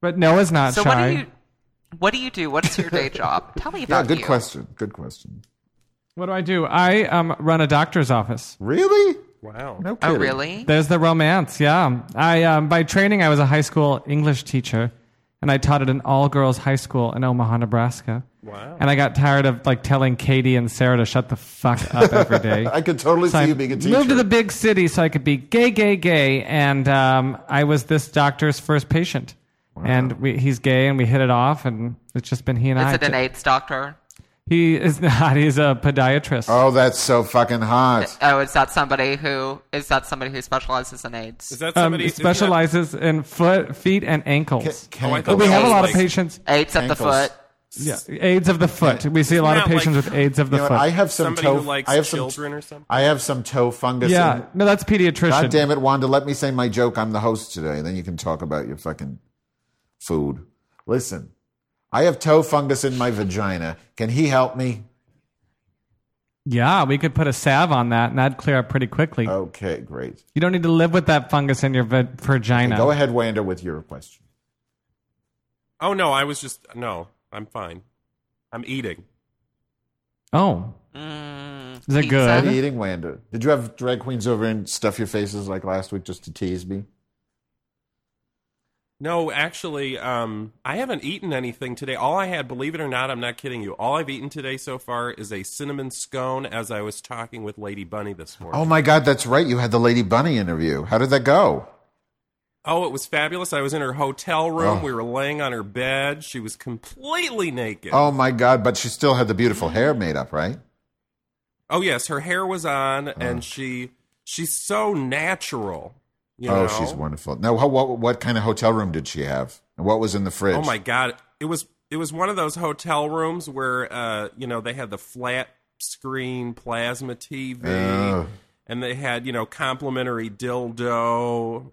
But Noah's not so shy. what do you what do you do? What's your day job? Tell me Yeah, about good you. question. Good question. What do I do? I um, run a doctor's office. Really? Wow. No Oh kidding. really? There's the romance. Yeah. I um, by training I was a high school English teacher, and I taught at an all-girls high school in Omaha, Nebraska. Wow. And I got tired of like telling Katie and Sarah to shut the fuck up every day. I could totally So see I you being a teacher. Moved to the big city so I could be gay, gay, gay, and um, I was this doctor's first patient. And we, he's gay, and we hit it off, and it's just been he and I. Is it an AIDS doctor? He is not. He's a podiatrist. Oh, that's so fucking hot. Oh, is that somebody who is that somebody who specializes in AIDS? Is that Um, somebody? it specializes in foot, feet, and ankles. Oh, Can- can- But we have a lot of like- patients. AIDS at the Ankles. foot. Yeah, AIDS of the foot. We see a lot of Isn't that patients like- with AIDS of You the know what, foot. I have some Somebody who toe. likes I have some children or something? I have some toe fungus. yeah, in- no, that's pediatrician. God damn it, Wanda! Let me say my joke. I'm the host today. Then you can talk about your fucking food. Listen, I have toe fungus in my vagina. Can he help me? Yeah, we could put a salve on that, and that'd clear up pretty quickly. Okay, great. You don't need to live with that fungus in your va- Oh. Okay, vagina. go ahead, Wanda, with your question. Oh no, I was just no. I'm fine. I'm eating. Oh, Mm, Is it pizza? good? What are you eating, Wanda? Did you have drag queens over and stuff your faces like last week just to tease me? No, actually, um, I haven't eaten anything today. All I had, believe it or not, I'm not kidding you. All I've eaten today so far is a cinnamon scone. As I was talking with Lady Bunny this morning. Oh my God, that's right. You had the Lady Bunny interview. How did that go? Oh, it was fabulous. I was in her hotel room. Oh. We were laying on her bed. She was completely naked. Oh my God, but she still had the beautiful hair made up, right? Oh, yes, her hair was on, Oh. and she she's so natural. You oh, know? she's wonderful. Now, what, what what kind of hotel room did she have? And what was in the fridge? Oh my Oh god, it was it was one of those hotel rooms where uh, you know they had the flat screen plasma TV, Ugh. and they had you know complimentary dildo.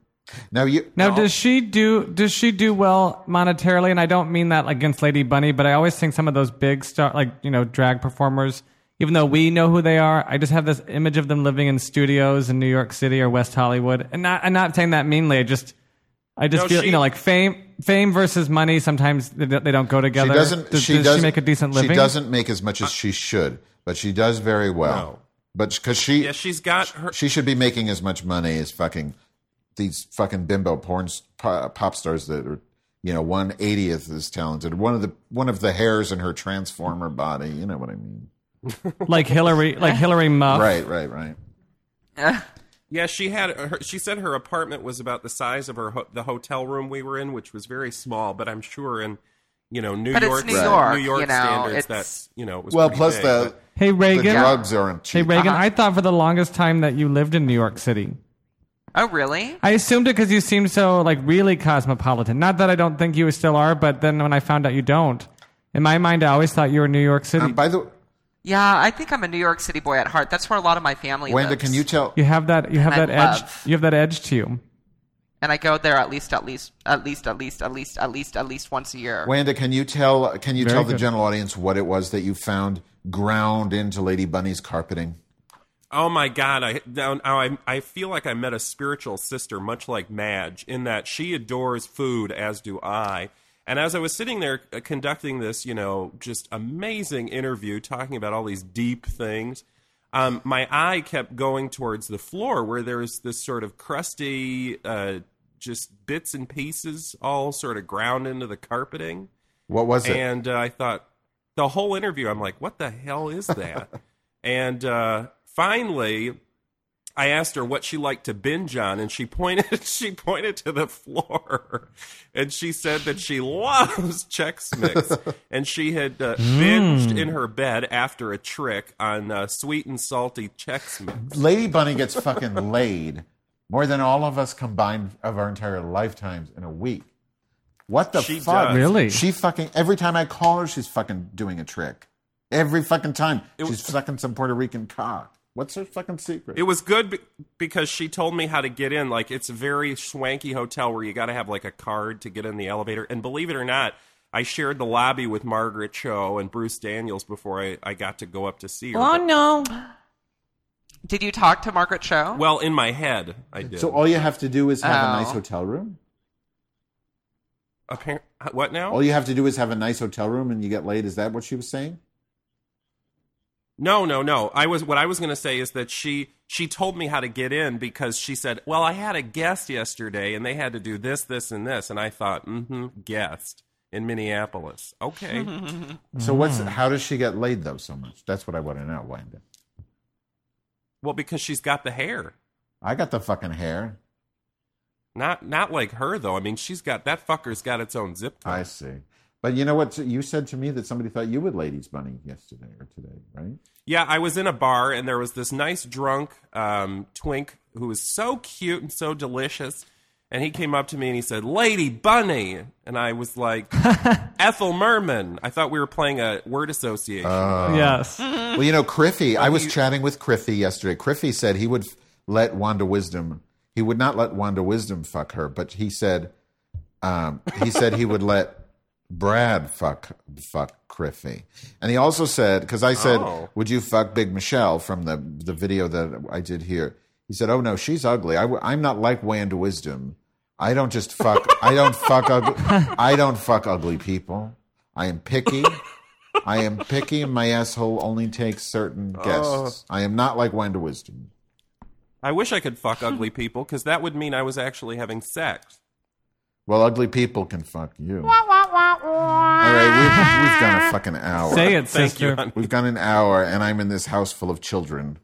Now you Now, does she do does she do well monetarily? And I don't mean that against Lady Bunny, but I always think some of those big star, like you know, drag performers. Even though we know who they are, I just have this image of them living in studios in New York City or West Hollywood. And not, I'm not saying that meanly. I just, I just No, feel she- you know, like fame, fame versus money. Sometimes they don't they don't go together. She doesn't. Does, she does doesn't she make a decent living? She doesn't make as much as she should, but she does very well. But because she, Yeah, she's got her. she should be making as much money as fucking these fucking bimbo porn s- po- pop stars that are, you know, one eightieth as talented. One of the one of the hairs in her transformer body. You know what I mean? like Hillary, like Hillary Muff. Right. Right. Right. Yeah, she had. Her, she said her apartment was about the size of her ho- the hotel room we were in, which was very small. But I'm sure in you know New But it's York, New York, New York you know, standards, it's- that's you know it was Well, pretty plus big, the Hey Reagan. the drugs aren't Hey cheap. Reagan, I thought for the longest time that you lived in New York City. Oh, really? I assumed it because you seemed so like really cosmopolitan. Not that I don't think you still are, but then when I found out you don't, in my mind, I always thought you were New York City. Um, by the Yeah, I think I'm a New York City boy at heart. That's where a lot of my family Wanda, lives. can you tell? you have that you have And that I edge. love. You have that edge to you. and I go there at least, at least, at least, at least, at least, at least, at least once a year. Wanda, can you tell? Can you Very tell the good. general audience what it was that you found ground into Lady Bunny's carpeting? Oh my God! I down. oh, I I feel like I met a spiritual sister, much like Madge, in that she adores food, as do I. And as I was sitting there uh, conducting this, you know, just amazing interview, talking about all these deep things, um, my eye kept going towards the floor where there's this sort of crusty, uh, just bits and pieces all sort of ground into the carpeting. What was it? And uh, I thought the whole interview, I'm like, what the hell is that? and uh, finally, I asked her what she liked to binge on, and she pointed she pointed to the floor, and she said that she loves Chex Mix, and she had uh, binged Mm. in her bed after a trick on uh, sweet and salty Chex Mix. Lady Bunny gets fucking laid more than all of us combined of our entire lifetimes in a week. What the She fuck? does. Really? She fucking every time I call her, she's fucking doing a trick. Every fucking time, she's fucking some Puerto Rican cock. What's her fucking secret? It was good be- because she told me how to get in. Like it's a very swanky hotel where you got to have like a card to get in the elevator. And believe it or not, I shared the lobby with Margaret Cho and Bruce Daniels before I, I got to go up to see her. Oh, no! Did you talk to Margaret Cho? well, in my head, I did. so all you have to do is have a nice Oh. hotel room. Appar- what now? All you have to do is have a nice hotel room, and you get laid. Is that what she was saying? No, no, no. I was what I was going to say is that she she told me how to get in because she said, "Well, I had a guest yesterday and they had to do this, this and this." And I thought, "Mhm, guest in Minneapolis." Okay. So what's how does she get laid though so much? That's what I want to know, Wanda. Well, because she's got the hair. I got the fucking hair. Not not like her though. I mean, she's got that fucker's got its own zip code. I see. But you know what? You said to me that somebody thought you would ladies bunny yesterday or today, right? Yeah, I was in a bar and there was this nice drunk um, twink who was so cute and so delicious. And he came up to me and he said, "Lady Bunny," and I was like, "Ethel Merman." I thought we were playing a word association. Uh. yes. Mm-hmm. Well, you know, Criffy. I was chatting with Criffy yesterday. Criffy said he would f- let Wanda Wisdom. He would not let Wanda Wisdom fuck her, but he said, um, he said he would let Brad fuck fuck Criffy, and he also said because I said, Oh. "Would you fuck Big Michelle?" from the the video that I did here. He said, "Oh no, she's ugly. I, w- I'm not like Wanda Wisdom. I don't just fuck. I don't fuck ugly. I don't fuck ugly people. I am picky." I am picky and my asshole only takes certain guests. I am not like Wanda Wisdom. I wish I could fuck ugly people because that would mean I was actually having sex. Well, ugly people can fuck you. Wah, wah, wah, wah. All right, we've, we've gone a fucking hour. Say it, Thank you, sister. honey. We've gone an hour, and I'm in this house full of children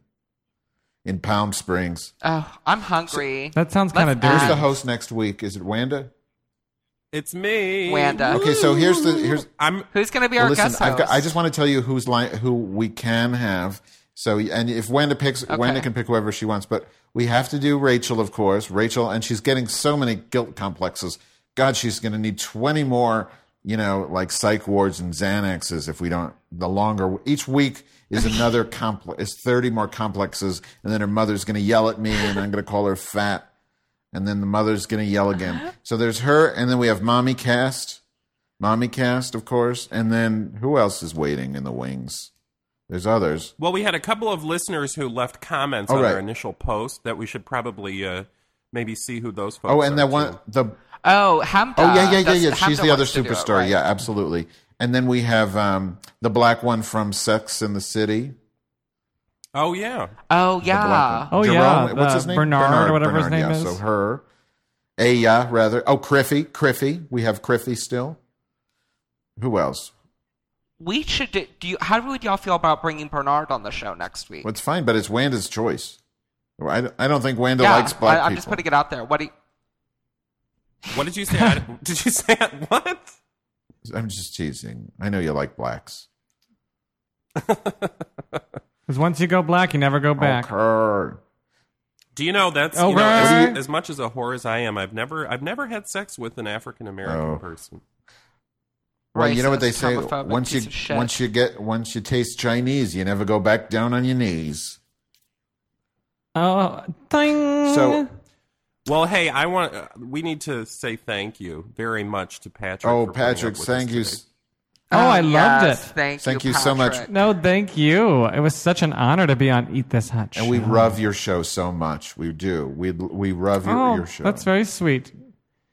in Palm Springs. Oh, I'm hungry. That sounds kind of Let's Who's the dirty. host next week? Is it Wanda? It's me, Wanda. Okay, so here's the here's. I'm Who's going to be Well, our listen, guest I've got, host? I just want to tell you who's li- who we can have. So, and if Wanda picks, Wanda can pick whoever she wants. But we have to do Rachel, of course. Rachel, and she's getting so many guilt complexes. God, she's going to need twenty more you know, like psych wards and Xanaxes if we don't. The longer each week is another complex, is thirty more complexes, and then her mother's going to yell at me, and I'm going to call her fat, and then the mother's going to yell Uh-huh. again. So there's her, and then we have mommy cast, mommy cast, of course, and then who else is waiting in the wings? There's others. Well, we had a couple of listeners who left comments Oh, on right. our initial post that we should probably uh, maybe see who those folks Oh, and are, that one, the Oh, Hamda. Oh yeah, yeah, yeah, That's- yeah. Hamda She's the other wants to do it, superstar. right? Yeah, absolutely. And then we have um, the black one from Sex in the City. too. Oh, yeah. Oh The yeah. black one. Jerome, what's his name? Bernard, yeah, So her, Aya rather. Oh, Criffy, Criffy. We have Criffy still. Who else? We should do, do you, how would y'all feel about bringing Bernard on the show next week? Well, it's fine, but it's Wanda's choice. I, I don't think Wanda yeah, likes black I, I'm people. just putting it out there. What do you, What did you say? I, did you say what? I'm just teasing. I know you like blacks. Because once you go black, you never go back. Okay. Do you know Oh, that's you know, Over. as, as much as a whore as I am, I've never I've never had sex with an African American Oh. person. Well, you know what they Racist, say. homophobic Once piece of you shit. once you get once you taste Chinese, you never go back down on your knees. Oh, Mm-hmm. thing. So- Well, hey, I want uh, we need to say thank you very much to Patrick. Oh, for putting up Patrick, with thank us you. today. Oh, I loved Um, yes, it. thank Thank you, you so much. Patrick. No, thank you. It was such an honor to be on Eat This Hot. And we Show. love your show so much. We do. We we love your, Oh, your show. that's very sweet.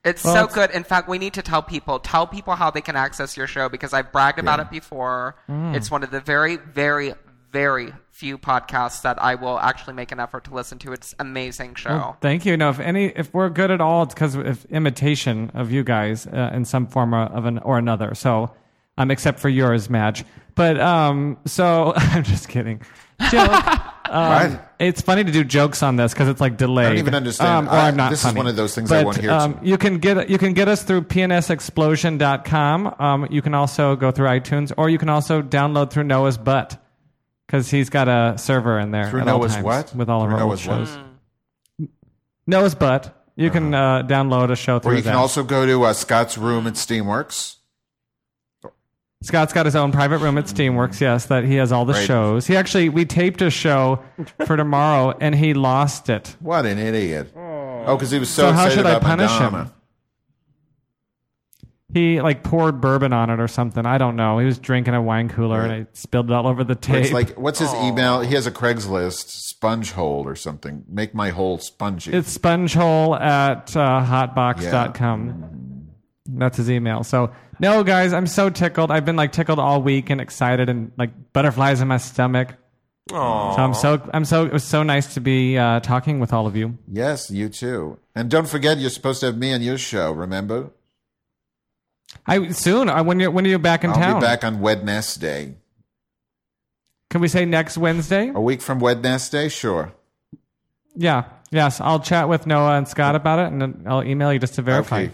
It's Well, so it's- good. In fact, we need to tell people tell people how they can access your show because I've bragged about Yeah. it before. Mm. It's one of the very, very, very few podcasts that I will actually make an effort to listen to. It's amazing show. Well, thank you. No, if any, if we're good at all, it's because of imitation of you guys uh, in some form or- of an or another. So, um, except for yours, Madge. But um, so I'm just kidding. Joke. Um, What? It's funny to do jokes on this because it's like delayed. I don't even understand. Um, or I- I'm not this is funny. one of those things I but, won't hear Um, you can get you can get us through pnsexplosion.com. Um, you can also go through iTunes, or you can also download through Noah's butt because he's got a server in there. Through at all Noah's times what? With all of Through our old Noah's what? shows. Noah's butt. You can uh, download a show through Uh-huh. or you can that. also go to uh, Scott's room at Steamworks. Scott's got his own private room at Steamworks. Yes, that he has all the Right. shows. He actually we taped a show for tomorrow, and he lost it. What an idiot! Oh, because he was so, So how excited should I about punish him? Madonna. He like poured bourbon on it or something. I don't know. He was drinking a wine cooler, and it spilled it all over the Or tape. It's like what's his Oh. email? He has a Craigslist sponge hole or something. Make my hole spongy. It's spongehole at uh, hotbox.com. That's his email. So, no, guys, I'm so tickled. I've been like tickled all week and excited and like butterflies in my stomach. Aw. So I'm so I'm so it was so nice to be uh, talking with all of you. yes, you too. And don't forget, you're supposed to have me on your show. Remember? I soon. I, when you when are you back in I'll town? be back on Wednesday. Can we say next Wednesday? A week from Wednesday, sure. Yeah. Yes. I'll chat with Noah and Scott about it, and then I'll email you just to verify. Okay.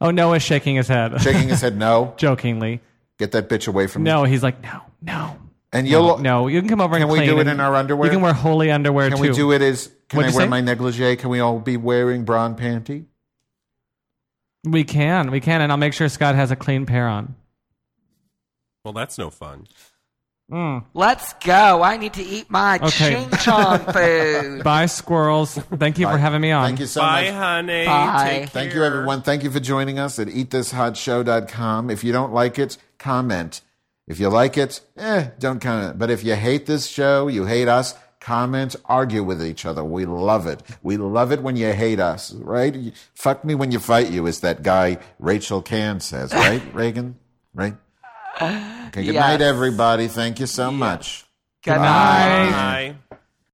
Oh, Noah's shaking his head. Shaking his head, no. Jokingly. Get that bitch away from me. No, he's like, no, no. And you'll no, you can come over Can and we clean do it and in our underwear? You can wear holy underwear Can too. we do it as? Can What'd I you wear say? my negligee? Can we all be wearing bra and panty? We can, we can, and I'll make sure Scott has a clean pair on. Well, that's no fun. Let's go. I need to eat my Okay. ching chong food. Bye, squirrels. Thank you for having me on. Thank you so Bye, much. honey. Bye. Take Thank care. you, everyone. Thank you for joining us at eatthishotshow.com. If you don't like it, comment. If you like it, eh, don't comment. But if you hate this show, you hate us, comment, argue with each other. We love it. We love it when you hate us, right? You- Fuck me when you fight you, is that guy Rachel Can says, right, Reagan? Right? Okay, good Yes. night, everybody. Thank you so much. Good Bye. night. Bye.